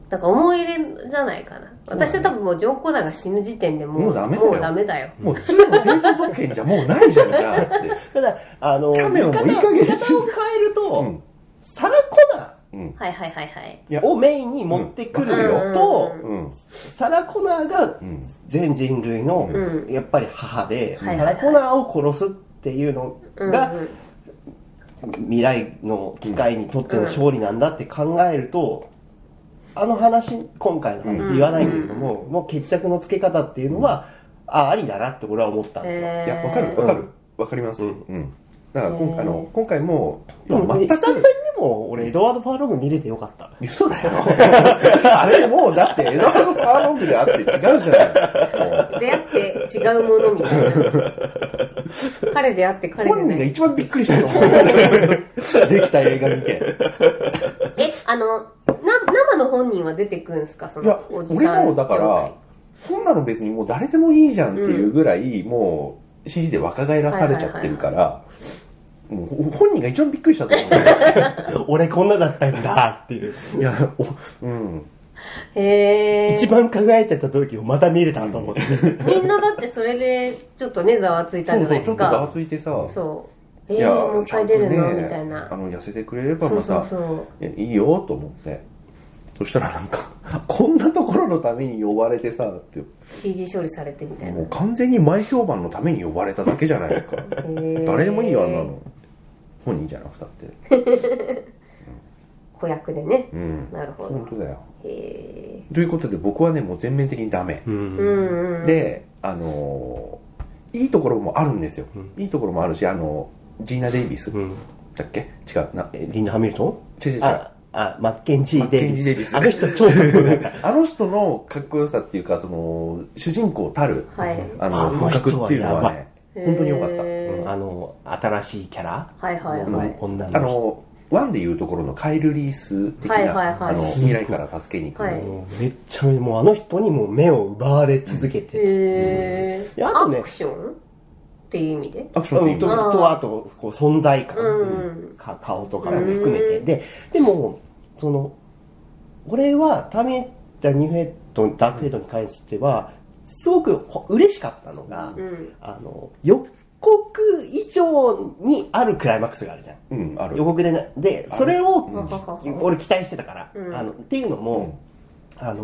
S2: だから思い入れじゃないかな私は多分もうジョン・コナーが死ぬ時点でもう
S1: もうダメだよ
S2: もうダメだよ
S1: もう2の正当権じゃもうないじゃんかって。
S3: ただ、あの、
S1: キャメロンも
S3: 見
S1: いい
S3: 方
S1: 加
S3: を
S1: 減
S3: 見方を変えると、
S1: うん
S3: サラ・コナ
S1: うん。
S2: はいはいはいはい
S3: ーをメインに持ってくるのと、
S2: うん
S1: うん。
S3: サラ・コナーが
S1: うん。
S3: 全人類の
S2: う
S3: やっぱり母で、
S2: はいはい
S3: サ
S2: はい
S3: ラ・コナーを殺すっていうの
S2: うん
S3: が
S2: うん
S3: 未来の機会にとっての勝利なんだって考えると、あの話今回の話言わないけれども、もう決着のつけ方っていうのは、あありだなって俺は思ったんですよ、
S2: えー
S1: いや、わかるわかる。わかります。
S3: うん
S1: うん。だから
S2: へ
S1: 今
S2: ー
S1: あの今回も、
S3: でもね
S1: 全
S3: 久々に
S1: く
S3: でも俺エドワード・ファーローグ見れてよかった
S1: 嘘だよ。 あれもうだって、エドワード・ファーロングであって違うじゃない。もう
S2: 出会って違うものみたいな 彼であって彼で
S1: 本人
S2: な
S1: が
S2: い
S1: 一番びっくりしたと できた映画見て。
S2: えあのな生の本人は出てくるんですかそ
S1: いや
S2: の、おじ
S1: 俺
S2: さん
S1: もだから、そんなの別にもう誰でもいいじゃんっていうぐらい、もう CG で若返らされちゃってるから、もうほ本人が一番びっくりしたと思
S3: 俺こんなだったんだっていう
S1: う。いや、おうん。
S2: 状態へえ
S3: 一番輝いてた時をまた見れたと思って
S2: みんなだってそれでちょっとねざわついた
S1: そ
S2: じ
S1: う
S2: ゃ
S1: そ、
S2: ないう
S1: ちょ
S2: です
S1: っとざわ
S2: か
S1: ついてさ、
S2: そうえ
S1: い
S2: ー、もう一
S1: ちゃ
S2: 回
S1: んと
S2: 出るの、
S1: ね
S2: みたい
S1: あ
S2: な
S1: の、痩せてくれれば
S2: そう
S1: ま
S2: そう
S1: た、
S2: そう
S1: いやいいよと思って。そしたらなんか、 こんなところのために呼ばれてさ、って、
S2: CG 処理されてみたいな
S1: もう完全に前評判のために呼ばれただけじゃないですか。誰でもいいよ、あんなの。本人じゃなくたって。
S2: 子役でね
S1: うん。
S2: なるほ
S1: 本
S2: ど
S1: 当だよ。
S2: へ
S1: ということで僕はね、もう全面的にダメ。
S2: えうんうん
S1: で、あのーいいところもあるんですよ。いいところもあるし、あのジーナ・デイビスだっけ違うな、え
S3: リンダ・ハミルト
S1: 違う違う違う
S3: ンああマッケンジー・デ
S1: マッケ
S3: イビス
S1: ンジーデイビス
S3: あの人超かっこよかった
S1: あの人のかっこよさっていうか、その、主人公たる、
S2: はい
S1: あの、
S3: あ
S1: 風
S3: の人は
S1: 格っていうのはね、
S2: やばい
S1: 本当に良かっ
S2: へ
S1: た。
S3: あの新しいキャラ
S2: はいはい
S3: の
S2: はい
S3: 女
S1: あ
S3: の人
S1: の、ワンでいうところのカイル・リース的な、
S2: はいはいはい
S1: あの、未来から助けに行く、
S2: はい
S3: もうめっちゃもうあの人にもう目を奪われ続けて、
S2: へ
S3: い
S2: え
S3: やあとね
S2: アクションっていう意味で
S1: アクション
S3: う
S1: の意
S3: ん、
S1: 味
S3: と
S1: も
S2: あー
S3: とあとこう存在感、
S2: うん
S3: か顔とかも含めてででもその俺はターミネーターニューフェイトダークフェイトに関してはすごくほ嬉しかったのが、
S2: うん
S3: あの予告以上にあるクライマックスがあるじゃん
S1: うん、ある
S3: 予。告でなでそれを、
S2: うん
S3: うん俺期待してたから、
S2: うん
S3: あのっていうのも、あのー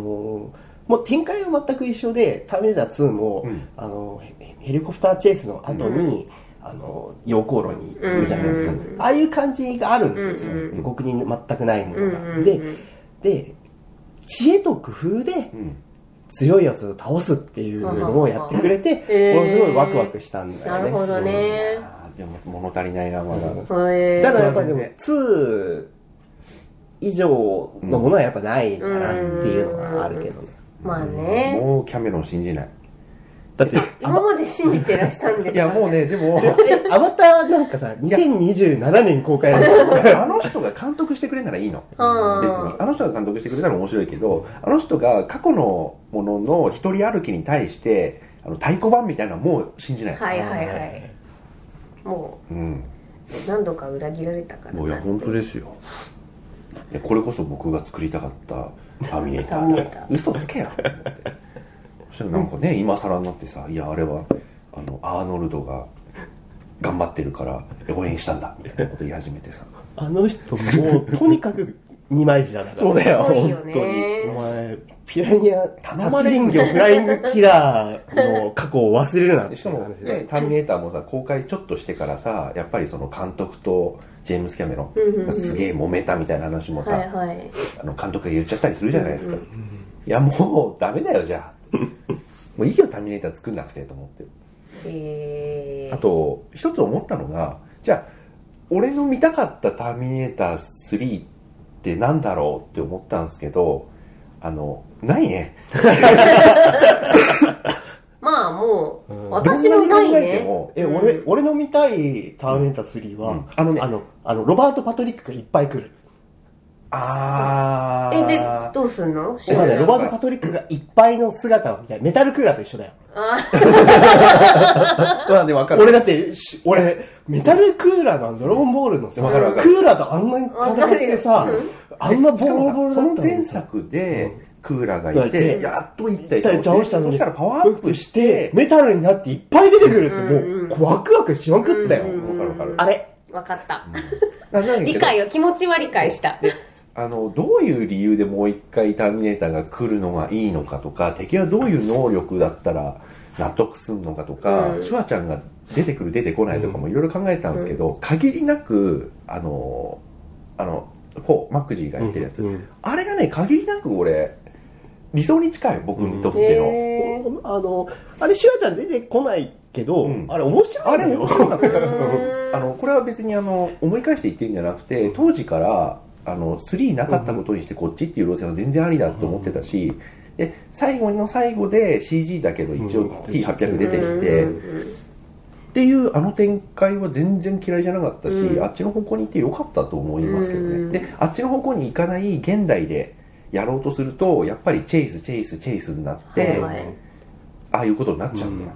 S3: もう展開は全く一緒で「ターミネーター2も」
S1: うん
S3: あのヘヘリコプターチェイスの後に、あの溶鉱炉に行くじゃないですか、
S2: うん
S3: ああいう感じがあるんですよ、
S2: うん
S1: うん
S3: 予告に全くないも
S2: うん
S3: の
S2: う
S3: が、
S2: んうん
S3: でで知恵と工夫で
S1: うん。
S3: 強いやつを倒すっていうのをやってくれて、
S2: うん
S3: ものすごいワクワクしたんだよね
S2: なるほどね
S1: あーでも物足りないな、まだ。
S2: へえ
S3: ただやっぱりでも
S1: うん
S3: 2以上のものはやっぱないかなっていうのはあるけどね、
S2: まあね
S1: もうキャメロン信じない。
S3: だって
S2: 今まで信じてらしたんです
S1: いや、もうね、でも、
S3: えアバターなんかさ2027年公開なんだよ
S1: あの人が監督してくれんならいいの。
S2: うん
S1: 別に。あの人が監督してくれたら面白いけど、あの人が過去のものの一人歩きに対して、あの太鼓判みたいなのはもう信じない。
S2: はいはいはいも
S1: うん。
S2: う何度か裏切られたから
S1: もういや、本当ですよ。いやこれこそ僕が作りたかったターミネータ
S2: ターミネータ
S1: ー。嘘つけよ。そしたらなんかね、今更になってさ、いや、あれは、あの、アーノルドが頑張ってるから応援したんだ、みたいなこと言い始めてさ。
S3: あの人もうとにかく二枚舌だから
S1: そうだよ、
S2: すごいよ
S1: 本当に。
S3: お
S2: ね
S3: 前ピラニア
S1: 頼ま
S3: 殺
S1: れ
S3: 人魚フライングキラーの過去を忘れるなって
S1: しかも、
S3: 話で
S1: ね、ターミネーターもさ、公開ちょっとしてからさ、やっぱりその監督とジェームス・キャメロンがすげえ揉めたみたいな話もさ、
S2: はいはい
S1: あの監督が言っちゃったりするじゃないですか。いや、もうダメだよ、じゃあ。もういいよ、ターミネーター作んなくてと思って。
S2: え
S1: あと、一つ思ったのが、じゃあ、俺の見たかったターミネーター3ってなんだろうって思ったんですけど、あの、ないね。
S2: まあもう、私
S1: ど
S2: も
S1: んな
S2: ない
S1: に考えて
S2: ね。
S1: も、
S3: え俺俺の見たいターミネーター3は、
S1: うんあのね
S3: あのあのロバート・パトリックがいっぱい来る
S1: あ
S2: え、で
S1: ー、
S2: どうすんの
S3: だからね、ロバート・パトリックがいっぱいの姿を見たい。メタルクーラーと一緒だよ。
S2: あ
S1: まあでもわかる。
S3: 俺だってし、俺、メタルクーラーのあのドラゴンボールのさ、
S1: わかるわかる
S3: クーラーとあんなに戦ってさ、あんなボ
S1: しか
S3: ロ
S1: もさ
S3: ボロだ
S1: そ
S3: った
S1: の
S3: に
S1: 前作で、クーラーがい
S3: うん
S1: て、やっと一体
S3: 倒したの
S1: そ
S3: に、
S1: したらパワーアップして、
S3: メタルになっていっぱい出てくるって、もう、こうワクワクしまくったよ。
S1: わかるわかる。
S3: あれ
S2: ーわかった。
S1: ななんだけど
S2: 理解を、気持ちは理解した。
S1: あの、どういう理由でもう一回ターミネーターが来るのがいいのかとか、敵はどういう能力だったら納得するのかとか、シュワちゃんが出てくる出てこないとかもいろいろ考えたんですけど、限りなく、あの、あの、こう、マックジーが言ってるやつ、
S3: うんうん
S1: あれがね、限りなく俺、理想に近い、僕にとっての。
S2: へー
S3: あの、あれ、シュワちゃん出てこないけど、
S1: うん
S3: あれ面白
S1: あ
S3: い
S1: れ
S3: の
S1: 面
S3: よ。
S1: 白かった あのこれは別にあの思い返して言ってるんじゃなくて当時からあの3なかったことにしてこっちっていう路線は全然ありだと思ってたし、で最後の最後で CG だけど一応
S3: うん
S1: T800 出てきて、っていうあの展開は全然嫌いじゃなかったし、あっちの方向に行ってよかったと思いますけどね、であっちの方向に行かない現代でやろうとするとやっぱりチェイスチェイスチェイスになって、
S2: はいはい
S1: ああいうことになっちゃうんだよ、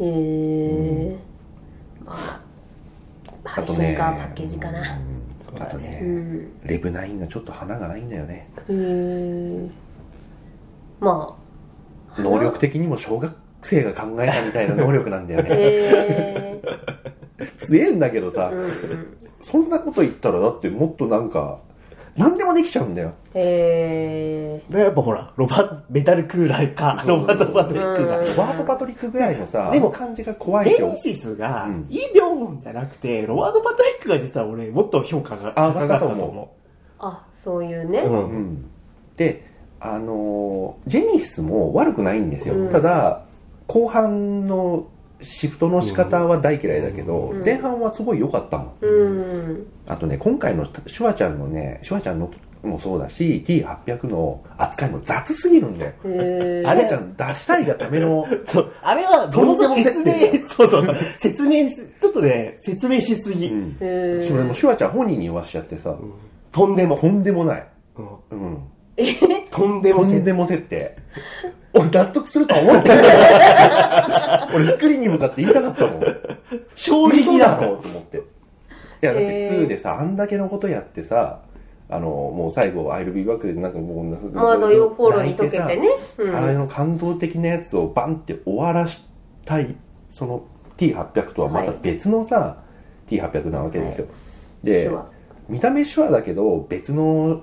S2: へえ。まあ、配信かパッケージかな。へ
S1: あとね、レブ9がちょっと花がないんだよね
S2: え。ま
S1: 能力的にも小学生が考えたみたいな能力なんだよ
S2: あ、
S1: ね
S2: へえ。
S1: 強えんだけどさ、
S2: うんうん
S1: そんなこと言ったらだってもっとなんか何でもできちゃうんだよ
S2: へえ。
S3: でやっぱほら、ロバ、メタルクーラーか、ロバート・パトリックが。
S1: ワート・パトリックぐらいのさ
S3: でも
S1: あの感じが怖い
S3: ジ
S1: し
S3: ェネシスが
S1: うん、
S3: イ・ビョンホンじゃなくて、ロバート・パトリックが実は俺、もっと評価が
S1: あ
S3: 高かったと思
S2: あ、そういうね。
S3: う。
S1: う
S3: うん
S1: ん、であのージェニスも悪くないんですよ、
S2: うん
S1: ただ後半のシフトの仕方は大嫌いだけど、
S2: ん
S1: 前半はすごい良かったもん
S2: うん。
S1: あとね、今回のシュワちゃんのね、シュワちゃんのもそうだし、T800 の扱いも雑すぎるんだよ。
S2: へえ。
S1: あれちゃん出したいがための、
S3: そう、あれは、どうせ説明、 そうそう、説明す、ちょっとね、説明しすぎ。
S1: うん。
S2: へ
S1: それもシュワちゃん本人に言わしちゃってさ、
S3: とんでも、
S1: とんでもない。
S3: うん
S1: うん。
S3: とんで
S1: と
S3: も
S1: ん
S3: 説
S1: でも設定。俺納得するとは思ってない。 俺スクリーンに向かって言いたかったもん。
S3: 衝
S1: 無理
S3: 撃
S1: だ
S3: だ
S1: ろ
S3: ろ。
S1: うと思って。いや、だって2でさ、あんだけのことやってさ、あの、もう最後、アイルビーバックでなんかもう、
S2: まあ、土曜航路に溶けてね。うん。
S1: あれの感動的なやつをバンって終わらしたいその T800 とはまた別のさ、T800 なわけですよ、で
S2: 手話
S1: 見た目手話だけど別の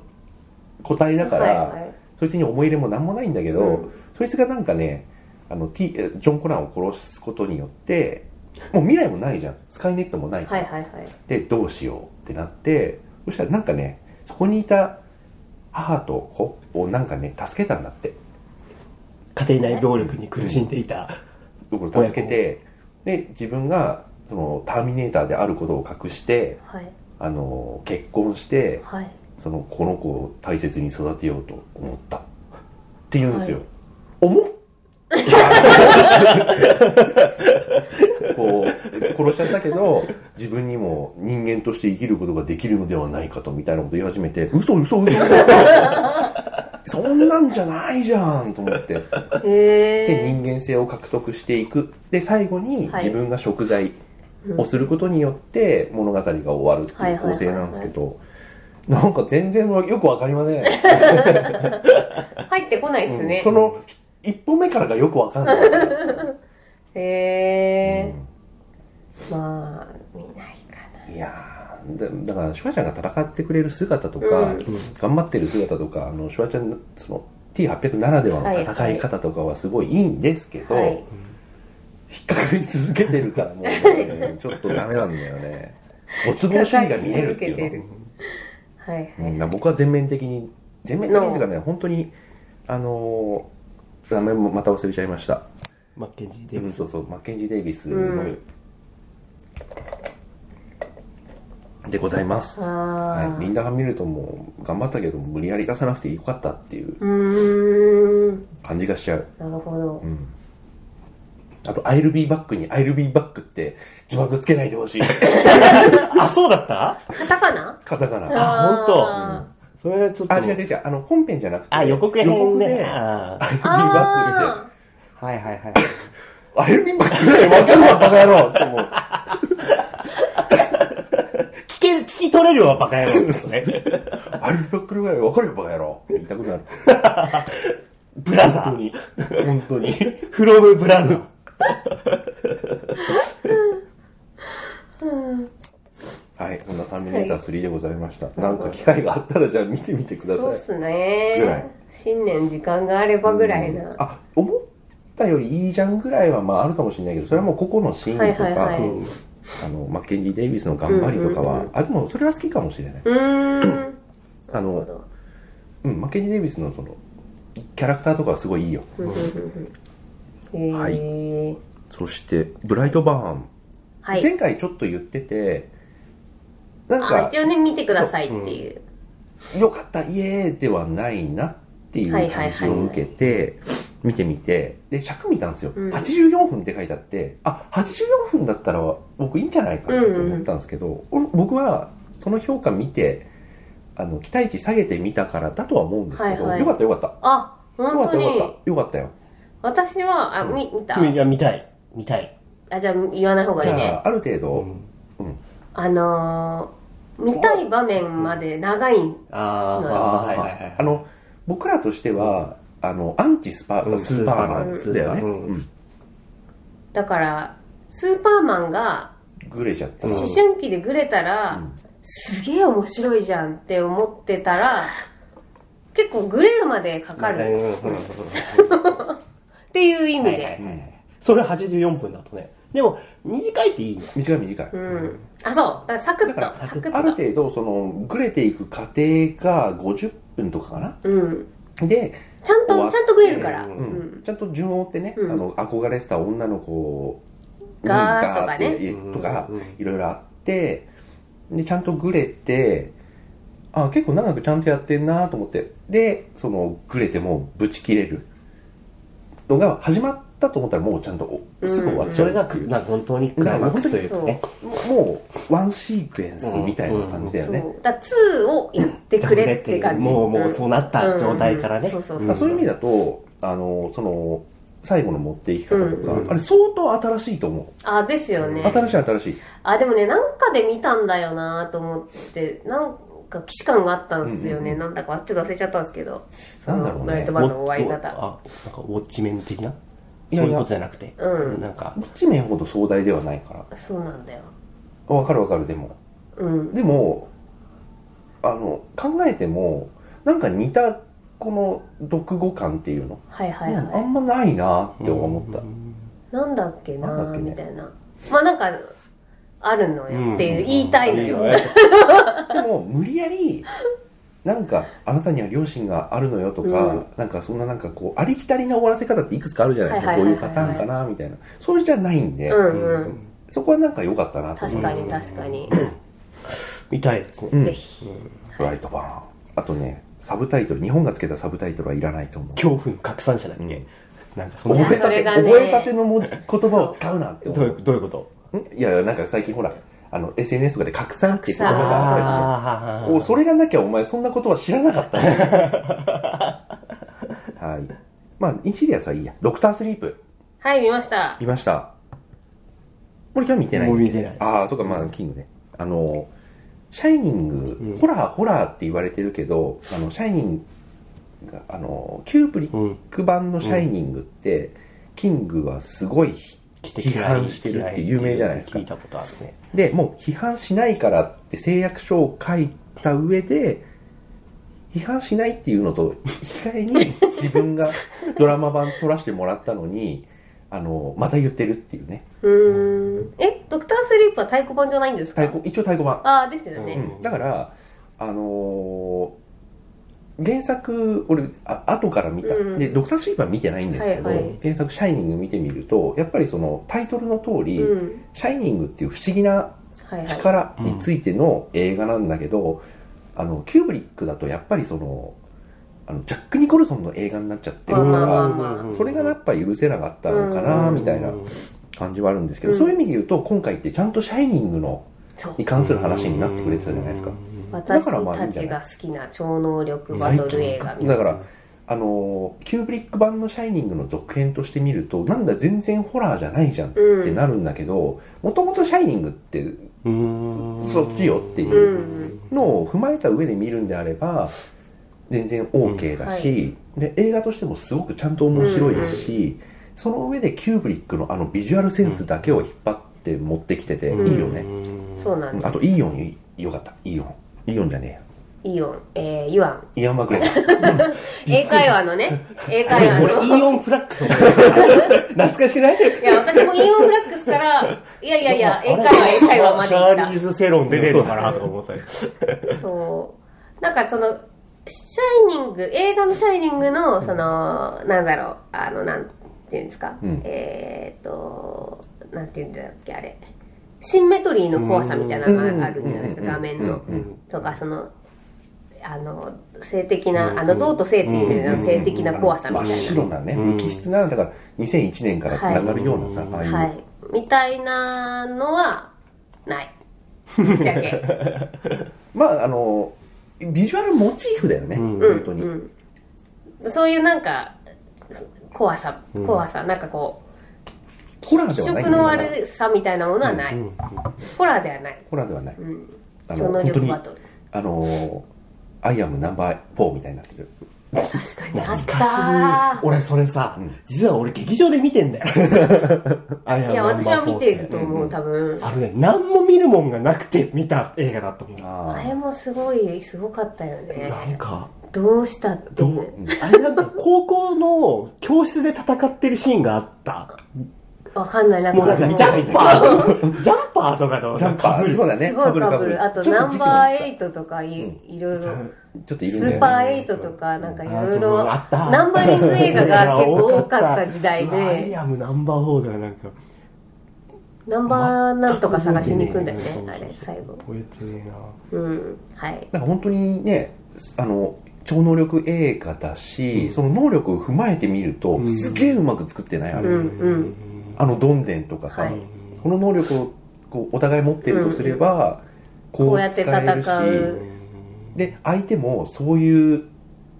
S1: 個体だから、
S2: はいはい
S1: そいつに思い入れも何もないんだけど、
S2: うん
S1: そいつがなんかねあの、T、えジョン・コナンを殺すことによってもう未来もないじゃんスカイネットもないから
S2: はいはいはい。
S1: でどうしようってなってそしたらなんかねそこにいた母と子をなんかね助けたんだって
S3: 家庭内暴力に苦しんでいた。
S1: ところ助けてで自分がそのターミネーターであることを隠して
S2: はい。
S1: あの結婚して
S2: はい。
S1: そのこの子を大切に育てようと思ったって言うんですよ、思っこう殺しちゃったけど自分にも人間として生きることができるのではないかとみたいなこと言い始めて嘘嘘嘘嘘そんなんじゃないじゃんと思って
S2: へ
S1: で
S2: え。
S1: 人間性を獲得していくで最後に
S2: はい
S1: 自分が食材をすることによって物語が終わるって
S2: はいいうはいは
S1: 構
S2: いはい
S1: 成なんですけどなんか全然よくわかりませ ん、
S2: 入ってこないですね
S1: そ。の一歩目からがよくわか んない
S2: へえ。まあ、見ないかな。
S1: いやーだだからシュワちゃんが戦ってくれる姿とか、
S2: うん
S1: 頑張ってる姿とかあのシュワちゃんのその T800 ならではの戦い方とかはすごいいいんですけど、
S2: はい。
S1: 引っかかり続けてるからもう、ね、 ちょっとダメなんだよねご都合主義が見えるっていうの
S2: はい。
S1: うん、だから僕は全面的に全面的にっていうかね本当にあのー名前もまた忘れちゃいました、
S3: マッケンジー・
S1: う
S3: デイビ
S1: ん、
S3: ス
S1: そうそうマッケンジー・デイビスの、でございます、
S2: あ
S1: はい、リンダ・ハミルトンも頑張ったけど無理やり出さなくてよかったっていう
S2: ー。うーん。
S1: 感じがしちゃう
S2: なるほど。
S1: あと「アイルビーバック」に「アイルビーバック」って字幕つけ ないでほしい
S3: あ、そうだった
S2: カタカナ
S1: カタカナ
S3: あ、本当。それはちょっと。
S1: あ、違う違う違う。あの、本編じゃなくて。
S3: あ予告編ね
S1: 予告で、
S3: あ
S1: アイルビーバック
S3: はいはいは
S1: 出
S3: い。
S1: て、アイルビーバック出て、わかるわ、バカ野郎って思う。
S3: 聞け、聞き取れるわ、バカ野郎ですね。
S1: アイルビーバックぐらいわかるよ、バカ野郎って言いたくなる。
S3: ブラザ
S1: 本当
S3: ー。
S1: に。本当 に。
S3: フロムブラザー。
S1: はい、こんなターミネーター3でございました。なんか機会があったら、じゃあ見てみてくだ
S2: そ
S1: さ
S2: う
S1: い
S2: っ。すね
S1: ぐらい
S2: 新年時間があればぐらいな、
S1: あ、思ったよりいいじゃんぐらいは、まああるかもしれないけど、それはもう個々のシーンとか、
S2: はいはいはい
S1: うんあの、マッケンジー・デイビスの頑張りとかは、あ、でもそれは好きかもしれない。
S2: うーん
S1: あの、うん、マッケンジー・デイビスのその、キャラクターとかはすごいいいよ。
S2: えー、
S1: は
S2: はいい、
S1: そして、ブライト・バーン。前回ちょっと言ってて、なん
S2: あ
S1: か、
S2: 一応ね見てくださいっていう
S1: よかった、イエーイではないなっていう感じを受けて、見てみて、で、尺見たんですよ。84分って書いてあって、あ、84分だったら僕いいんじゃないかなと思ったんですけど、俺僕はその評価見て、あの、期待値下げてみたからだとは思うんですけど、
S2: はいはい
S1: よかったよかった。
S2: あ
S1: よか
S2: 本
S1: った
S2: 当
S1: よかっ
S2: に
S1: た。よかったよ。
S2: 私はあみ見た
S3: いや、見たい。見たい。
S2: あじゃあ言わない方が
S1: じ
S2: いい
S1: ゃ
S2: ね
S1: あ、ある程度、
S2: あのー、見たい場面まで長いん
S3: あー
S1: あ
S3: あー、はいはいはい。
S1: あの、僕らとしては、あの、アンチスパ、
S3: うん
S1: スーパーマン
S3: ス
S1: だ
S3: ーパー
S1: よ
S3: マ
S1: ね。
S3: ンスーパーマン
S1: うん
S2: だからスーパーマンが
S1: グレちゃって。
S2: 思春期でグレたら、すげえ面白いじゃんって思ってたら結構グレるまでかか
S3: うん
S2: る
S3: うんうんうん
S2: っていう意味で、
S3: はいはいはいそれ84分だとね。でも、短いっていいね。
S1: 短い短い。
S2: うんあそうだからサクッとサクッと
S1: ある程度、その、ぐれていく過程が50分とかかな。
S2: うん
S1: で、
S2: ちゃん
S1: 終わって
S2: とちゃんとグレるから、
S1: うんちゃんと順を追ってね、あの、憧れてた女の子に
S2: がーとかね
S1: ガーってとか
S3: うん、
S1: いろいろあって、で、ちゃんとぐれて、あ、結構長くちゃんとやってんなと思って、で、その、ぐれてもうぶち切れるのが始まったと思ったらもうちゃんとおすぐ終わっち
S3: そ
S1: ゃう
S3: れ
S1: っ
S3: が
S1: て
S3: く、
S1: いう。
S3: なんか本当にクライマックスというかね。
S1: もう、ワンシークエンスみたいな感じだよ
S2: そう
S1: ね。
S2: だから2をやってくれって感じ
S3: もう、もうそうなっ
S2: う
S3: た
S2: ん
S3: 状態からね。
S2: そうそう
S1: まあそういう意味
S3: だ。
S1: だと、あの、その、最後の持っていき方とか、
S2: うん
S1: あれ相当新しいと思
S2: あですよね
S1: う。新しい新しい。
S2: あでもねなんかで見たんだよなと思ってなんか既視感があったんですよね、なんだかちょっと忘れちゃったんですけどそ
S1: なんだろうね
S2: のブライトバーンの終わり方
S3: あ、なんかウォッチメン的な
S1: やいや
S3: そういうことじゃなくて。
S2: うん
S3: なんか
S1: ウ、ォッチメンほど壮大ではないか
S2: そうなんだよ
S1: ら。わかるわかる、でも。
S2: うん
S1: でも、あの、考えても、なんか似た、この、読語感っていうの、
S2: はいはいはい、
S1: うんあんまないなって思った。
S2: なんだっけな
S1: なんだっけね
S2: みたいなまあなんかあるのよっていう、言いたいの よ、
S1: でも、無理やり、なんか、あなたには両親があるのよとか、
S2: うん
S1: なんか、そんななんかこう、ありきたりな終わらせ方っていくつかあるじゃないですか。
S2: はい
S1: こう
S2: はい
S1: い
S2: は
S1: う
S2: いは
S1: パ
S2: い
S1: ターンかな、みたいな。それじゃないんで、
S2: うんうん
S1: そこはなんか良かったなと思
S2: 確
S1: い
S2: か
S1: ます。
S2: に確かに、
S3: みたいですね。
S1: ん
S2: ぜひ、
S1: フライトバーン。あとね、サブタイトル、日本がつけたサブタイトルはいらないと思う。
S3: 恐怖の拡散者だっけ、
S1: うん
S3: なんかそ
S1: 覚
S3: の
S1: えた
S2: そ
S1: て、
S2: れがね
S1: 覚えたての文字言葉を使うなって
S3: どう
S1: 思
S3: いうどういうこと
S1: う。んいや、なんか最近ほら、あの、SNS とかで拡散っていう言葉があったりするよ
S3: あ
S1: おそれがなきゃお前そんなことは知らなかったねはい。まあ、インシリアスはいいや。ドクタースリープ、
S2: はい見ました
S1: 見ました。俺今日見てない
S3: もう見てないです
S1: ああ、そうか、まあ、キングね。あの、シャイニング、ホラー、ホラーって言われてるけど、あの、シャイニングが、あの、キューブリック版のシャイニングって、キングはすごい批判してるって有名じゃないですか
S3: 聞い。たことあるね
S1: で、もう批判しないからって誓約書を書いた上で、批判しないっていうのと、引き換えに自分 がドラマ版撮らせてもらったのに、あの、また言ってるっていうね。
S2: うーんえドクタースリープは太鼓判じゃないんですか
S1: 太鼓、一応太鼓版。
S2: ああですよね、
S1: うんだから、あのー原作、俺、あ後から見た、
S2: うん
S1: で、ドクタースリーパー見てないんですけど、
S2: はいはい
S1: 原作、シャイニング見てみると、やっぱりそのタイトルの通り、
S2: うん
S1: シャイニングっていう不思議な
S2: はいはい
S1: 力についての映画なんだけど、あの、キューブリックだとやっぱりその、あの、ジャック・ニコルソンの映画になっちゃってるから、
S2: まあまあまあま
S1: それがやっぱ許せなかったのかな、みたいな感じはあるんですけど、そういう意味で言うと、今回ってちゃんとシャイニングの、
S2: そう
S1: に関する話になってくれてたじゃないですか。
S3: うん
S2: 私
S1: からまあいい
S2: た
S1: んじゃ
S2: ち
S1: ない
S2: が好きな超能力バトル映画み
S1: だ
S2: たい
S1: から、あのーキューブリック版の「シャイニング」の続編として見るとなんだ全然ホラーじゃないじゃんってなるんだけどもともと「元々シャイニング」って
S3: うん
S1: そっちよって
S2: な。う。
S1: いうんのを踏まえた上で見るんであれば全然 OK だし、で映画としてもすごくちゃんと面白いし、その上でキューブリックのあのビジュアルセンスだけを引っ張って持ってきてていいよね、
S2: そうなん
S1: うん
S2: だ。
S1: あとイオンよかったイオンイオンじゃね
S2: イオン、えー、ユアン。
S1: えやイアン・マクレガー
S2: 英会話のね、英会話
S3: 俺、イ
S2: の。
S3: ーオンフラックスを思い出した懐かしくない
S2: いや、私もイオンフラックスから、いやいやいや、英会話、英会話まで
S3: シャーリ
S2: 行
S3: ー
S2: っ
S3: ズ・セロン出てるのかなとか思ったり。
S2: た。そう。なんかその、シャイニング、映画のシャイニングの、その、なんだろう、あの、なんていうんですか。
S1: ん
S2: えーっと、なんていうんだっけ、あれ。シンメトリーの怖さみたいなのがあるじゃないですか、画面の。とか、その、あの、性的な、 あの、道と性っていう意味での性的な怖さみ
S1: 真
S2: たい
S1: っ
S2: な。
S1: 白なね無機質なだから2001年からつながるようなさ、ああいう、
S2: はい。みたいなのは、ない。ぶっちゃけ。
S1: まああのビジュアルモチーフだよね、本当に、
S2: そういうなんか、怖さ、怖さ、なんかこう、
S1: ホラーで
S2: 気
S1: はない
S2: 色の悪さみたいなものはない。ホラーではない。
S1: ホラーではない、あ
S2: 超
S1: の
S2: 能
S1: 本当
S2: 力
S1: に
S2: バトル。
S1: あのアイアムナンバー4みたいになってる
S2: 確かに。あっ
S3: 昔
S2: た
S3: 俺、それさ、実は俺、劇場で見てんだよ。あ
S2: ー。いや、私は見てると思う、多分。
S3: あのね、何も見るもんがなくて見た映画だと思う。
S1: あ
S2: あれもすごい、すごかったよね。
S3: なんか、
S2: どうしたって
S3: ど
S2: いうう。、
S3: あれなんか高校の教室で戦ってるシーンがあった。
S2: わかんない。なん
S3: もうなん
S2: か、
S3: かジャンパー、 ジャンパーとかの、
S1: ジャンパーそうだね
S2: すごいかぶる。あと、ナンバー
S1: 8
S2: 8とかい、いろいろ。
S1: ちょっとい
S2: ス
S1: るんだよ、ね、
S2: ーパーエイトとか、なんかいろい
S3: あそう
S2: ろ、
S3: あった
S2: ナンバリング映画が結構多かった時代
S3: うわアイ
S2: で、
S3: アムナンバーフォーだよ、なんか。
S2: ナンバーなんとか探しに行くんだよ
S3: 全
S2: ね、
S3: く
S2: あ
S3: 覚えてね
S2: れ、最後。
S3: 覚えてねえな。
S2: うん。はい。
S1: なんか本当にねあの超能力映画だし、その能力を踏まえてみると、すげえうまく作ってないあれ、
S2: うんうん。
S1: あのどんでんとかさ、
S2: はい
S1: この能力をこうお互い持ってるとすれば、
S2: こうやって
S1: 使えるし
S2: 戦う。
S1: で相手もそういう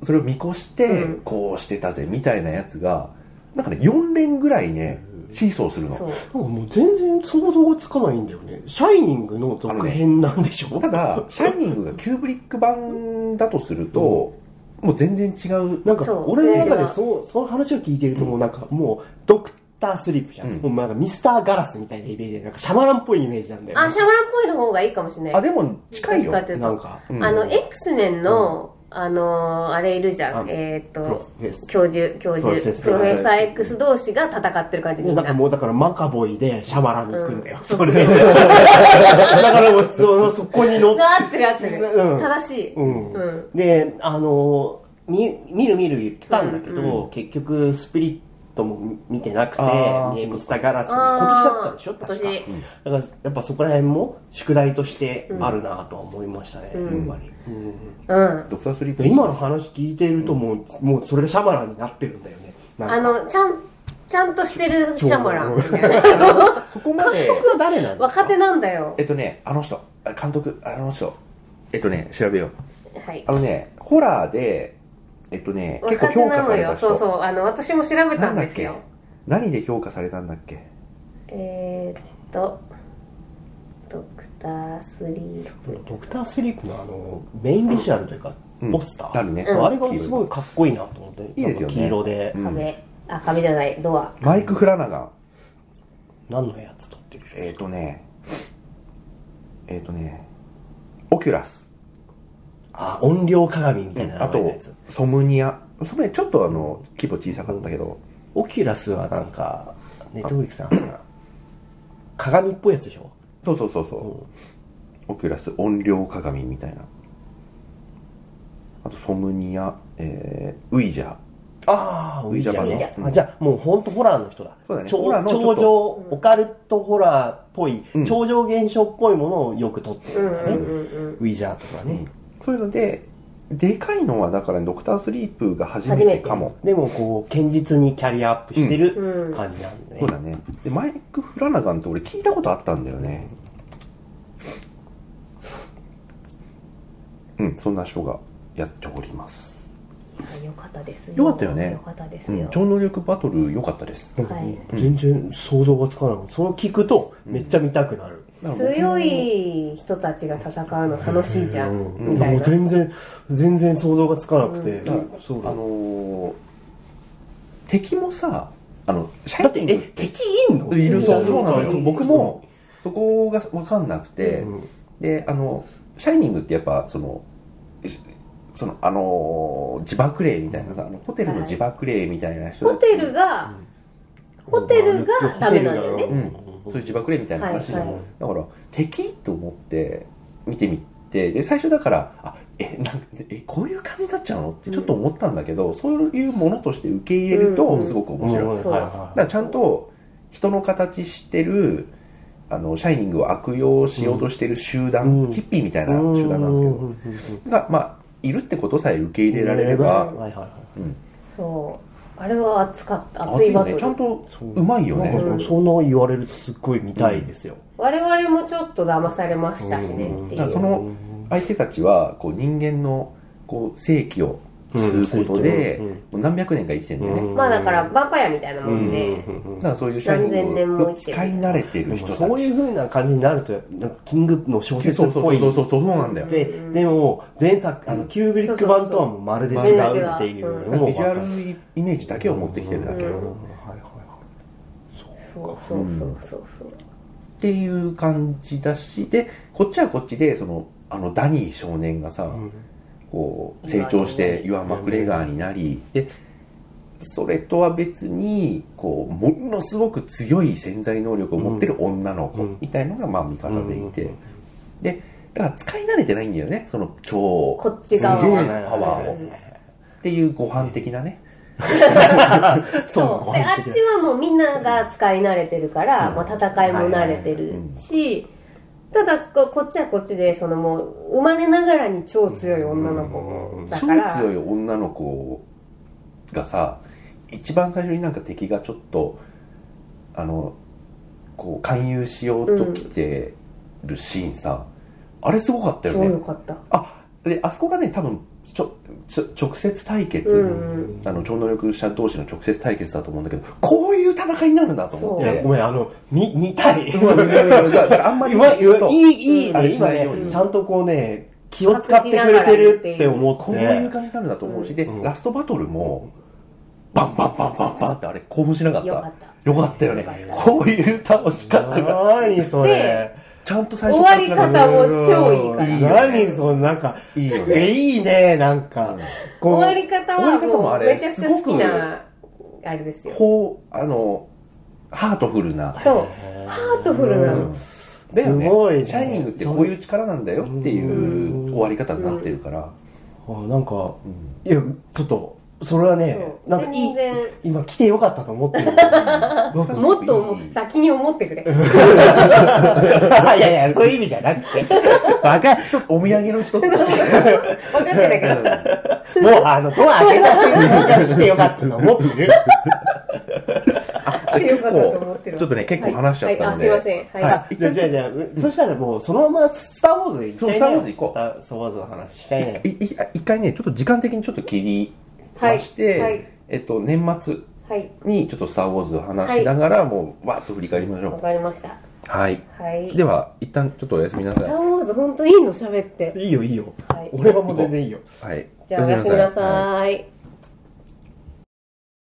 S1: それを見越して
S2: うん
S1: こうしてたぜみたいなやつがなんかね4連ぐらいねシーソーする
S2: そ
S1: の
S2: う。
S3: なんかもう全然想像がつかないんだよね。シャイニングの続編なんでしょ
S1: ただ「シャイニング」がキューブリック版だとすると、もう全然違う
S3: なんか
S2: そう
S3: 俺の中でそうその話を聞いてるともうなんかもうドクタースリープじゃん、
S1: うん
S3: もうなんかミスターガラスみたいなイメージでなんかシャマランっぽいイメージなんだよ
S2: あ、シャワランっぽいの方がいいかもしれない。
S1: あでも近いよ
S2: どっちかっていう
S3: なん
S2: と。
S3: か、
S1: うん
S2: あの、X メンの、あのー、あれいるじゃん。
S3: あ
S2: えーっ
S3: プロ
S2: と、
S3: フェス
S2: 教授、教授
S3: プロフェッ、サー
S2: プロフェッサー X 同士が戦ってる感じ、みん
S3: な
S2: なん
S3: か。もうだからマカボイでシャマランに行くんだよ、それでだからもうそのそこに乗っ
S2: あ合ってる合ってる。
S3: うん
S2: 正しい。
S3: うん
S2: うん
S3: であのみ見る見る言ってたんだけど、結局スピリットも見てなくて
S1: あー
S3: ねミスターガラスに
S2: あー
S3: 今年だったでしょ確か
S2: 今年うん
S3: だからやっぱそこら辺も宿題としてあるなとは思いましたね、やっぱり、うん
S2: うん。
S1: ドクタースリープ
S3: で今の話聞いてるともう、もうそれがシャマランになってるんだよねなんか
S2: あの、ちゃん、ちゃんとしてるシャマランみたいな。
S1: そこまで
S3: 僕は誰なんです
S2: 若
S3: か
S2: 手なんだよ
S1: え。っとねあの人あ監督あの人えっとね調べよう
S2: はい
S1: あ。のねホラーでえっとね結構
S2: 若手
S1: 評
S2: な
S1: 価さ
S2: の
S1: れた
S2: よ。
S1: 人
S2: そうそう。あの、私も調べた
S1: なん
S2: ん
S1: だ
S2: で
S1: っ
S2: す
S1: け
S2: よ。
S1: 何で評価されたんだっけ
S2: えーっと、ドクタースリー
S3: ドクタースリープのあのメインビジュアルというか、
S1: うん
S3: ポスター
S1: あるね
S3: あれがすごいかっこいいなと思って
S1: いいですよね
S3: なんか黄色で、
S2: プ。壁。あ、壁じゃない、ドア。
S1: マイク・フラナガン
S3: 何のやつ撮ってる
S1: えっ、ー、とねえっ、ー、とねオキュラス
S3: あ音量鏡みたいな
S1: あ
S3: 名前の
S1: と
S3: やつ、
S1: ソムニアそれちょっとあの規模小さかったけど、
S3: オキュラスはなんかネットフリックスなんかな鏡っぽいやつでしょ
S1: そうそうそうそう、オキュラス音量鏡みたいなあとソムニア、えー、ウイジャー
S3: ああ、ウィジャパ
S1: ウィ
S2: ジャ
S3: ね
S2: パ。
S1: うん
S3: あじゃあ、もうほんとホラーの人だ。
S1: そうだね
S3: 超
S1: ホラーのちょっと
S3: 超常、オカルトホラーっぽい、
S1: うん
S3: 超常現象っぽいものをよく撮ってる
S2: うんん
S3: だ
S2: う
S3: ね。
S2: んうんうん。
S3: ウィジャーとかね。
S1: そういうのででかいのはだからドクタースリープが初
S2: 初め
S1: めて
S2: て
S1: かも
S3: でも、こう、堅実にキャリアアップして
S2: うんう
S3: る
S2: ん
S3: 感じなんでね。
S1: そうだねでマイク・フラナガンって俺聞いたことあったんだよねうん、そんな人がやっております。
S2: よかったです
S1: よかったよね
S2: よかったです
S1: う
S2: よ、
S1: ん、超能力バトル良かったです。
S2: はい
S3: 全然想像がつかないそれを聞くとめっちゃ見たくなる、
S1: だから僕
S2: 強い人たちが戦うの楽しいじゃん、
S3: うん
S2: みたい
S3: もう
S2: な、
S3: 全然全然想像がつかなくて、
S1: だから
S3: そう
S1: あ
S3: だ
S1: のー敵もさ、あの、シャ
S3: だっ
S1: イ
S3: て
S1: ニン
S3: え
S1: グ
S3: 敵いんの
S1: いるそうそうなの
S3: そう
S1: よ。僕も、そこが分かんなくて、
S3: うん
S1: で、あの、シャイニングってやっぱ、その、しその、あのー自爆霊みたいなさ、あのホテルの自爆霊みたいな人
S2: ホ
S1: たち
S2: テルが、ホテルがダメなんだよね
S3: ホ
S1: う
S3: テル
S1: ん、そういう自爆霊みたいな話、
S2: はいはい
S1: だから敵と思って見てみてで最初だからあえなんかえこういう感じになっちゃうのってちょっと思ったんだけど、そういうものとして受け入れる
S2: う
S1: と
S2: ん
S1: すごく面
S3: 面
S1: 白い、
S3: 白い
S2: そう
S3: はい
S1: だ
S3: は
S1: からちゃんと人の形してるあのシャイニングを悪用しようとしてる集団、
S3: うん
S1: ヒッピーみたい
S3: い
S1: な集団なんですけど、
S3: うんうんうん
S1: がまあいるってことさえ受け入れられれば、
S3: はいはいはい
S2: そうあれは熱かった熱
S1: 熱
S2: い
S1: いよ
S2: バト
S1: ね
S2: ル、
S1: ちゃんと
S3: そう
S1: うまいよね、
S3: なんかそんな言われるとすっごい見たいですよ、
S2: 我々もちょっと騙されましたしね、
S3: うん
S2: ってい
S1: だから
S2: う
S1: その相手たちはこう人間のこう正気を吸うことで
S3: うん
S1: もう何百年か生きてるんだよね、
S3: うん
S2: まあだからバンパイアみたいなもんで、
S1: だからそういうシャイニ
S2: 何千年
S1: ン
S2: も
S1: グ
S2: 生
S1: を
S2: きてる
S1: 使い慣れて
S3: で
S1: る人
S3: も
S1: たち
S3: そういう風な感じになるとなんかキングの小説
S1: そ
S3: っ
S1: うそ
S3: ぽ
S1: う
S3: い
S1: そうそうそうなんだよ
S3: ででも前作あのキューブリック版とはもうまるで違うっていうのも
S1: ビジュアルイメージだけを持ってきてるだけ、
S2: う
S1: っ
S2: ん
S3: はいはい
S2: そうそうそうそうそう
S1: ていう感じだしでこっちはこっちでそのあのダニー少年がさ、
S3: はい
S1: こう成長してユアン・マクレガーになりでそれとは別にこうものすごく強い潜在能力を持ってる女の
S3: う
S1: 子
S3: ん
S1: みたいのがまあ味方でいて、
S3: うん
S1: でだから使い慣れてないんだよねその超
S2: こっち側
S1: すげえ
S2: は
S1: パワーを、っていうご飯的なね、
S2: そうであっちはもうみんなが使い慣れてるから、まあ、戦いも慣れてるし、ただここっちはこっちでそのもう生まれながらに超強い女の子だ
S1: 超
S2: から、
S1: 強い女の子がさ一番最初になんか敵がちょっとあのこう勧誘しようと来てるシーンさ、あれすごかったよ
S2: 超良
S1: ね
S2: かった
S1: あであそこがね多分ちょちょ直接対決、
S2: うん
S1: あの超能力者同士の直接対決だと思うんだけどこういう戦いになるんだと思っ
S2: そう
S3: いや
S1: て
S3: ごめんあの見見たい
S1: うんいやいやいやだからあんまり
S3: 今い
S1: そう
S3: いいい
S1: あ
S3: ね
S1: れし
S3: 今
S1: ない
S3: ね
S1: ように
S3: ちゃんとこうね気を使ってくれてるって思って
S1: こういう感じになるんだと思うし、で、
S3: うん
S1: ラストバトルも、バンバンバンバンバンってあれ興奮しなかった。
S2: よかった
S1: よかったよ
S2: よかっ
S1: ね。
S2: た
S1: こういう倒し方が。
S3: 何それ
S2: で
S1: ちゃんと最初
S2: 終わり方
S1: から
S2: も超いいから
S3: うん何そのなんか
S1: いいよね
S3: えいいねなんかこう
S2: 終わり方
S1: 終わ
S2: は
S1: り方も
S2: も
S1: あ
S2: う
S1: れ
S2: めちゃくちゃ好きなあれですよ
S1: こう、あの、ハートフルな。
S2: そうハートフルなの、
S1: だよね。
S3: すごいね
S1: シャイニングってこういう力なんだよっていう終わり方になってるから。
S3: あなんか、いや、ちょっと、それはね、
S2: そう
S3: なんかいい
S2: 全然、
S3: 今来てよかったと思ってる。い
S2: もっとも う先に思ってくれ
S3: やいや、そういう意味じゃなくて。わか
S1: 一つお土産の 一つだ
S2: 分かってないけど
S3: もう、あの、ドア開けた瞬間から来てよかったと思ってる。
S2: 来てよかったと思ってるわ
S1: ちょっとね、結構話しちゃったので。
S2: はいはいあすいませんはい
S1: は
S3: じゃあじゃあじゃあそしたらもう、そのままスターウォーズ行っちゃい
S1: そう
S3: なよ
S1: スターウォーズ行こう
S3: スタースターウォーズの話しちゃいなよ
S1: いいいあ一回ね、ちょっと時間的にちょっと切りまして、
S2: はいはい
S1: えっと、年末
S2: はい
S1: にちょっと「スター・ウォーズ」を話しながら、もうわーっと振り返りまし
S2: わ
S1: ょ
S2: かりました
S1: うはい
S2: はい
S1: では一旦ちょっとおやすみな
S2: スタ
S1: さ
S2: ーウォーズ本当いいの喋って。
S3: いいよ、いいよ
S2: はい。
S3: 俺はもう全然いいよ。
S1: いはい
S2: じゃあおやすみなさ
S1: はい
S2: い。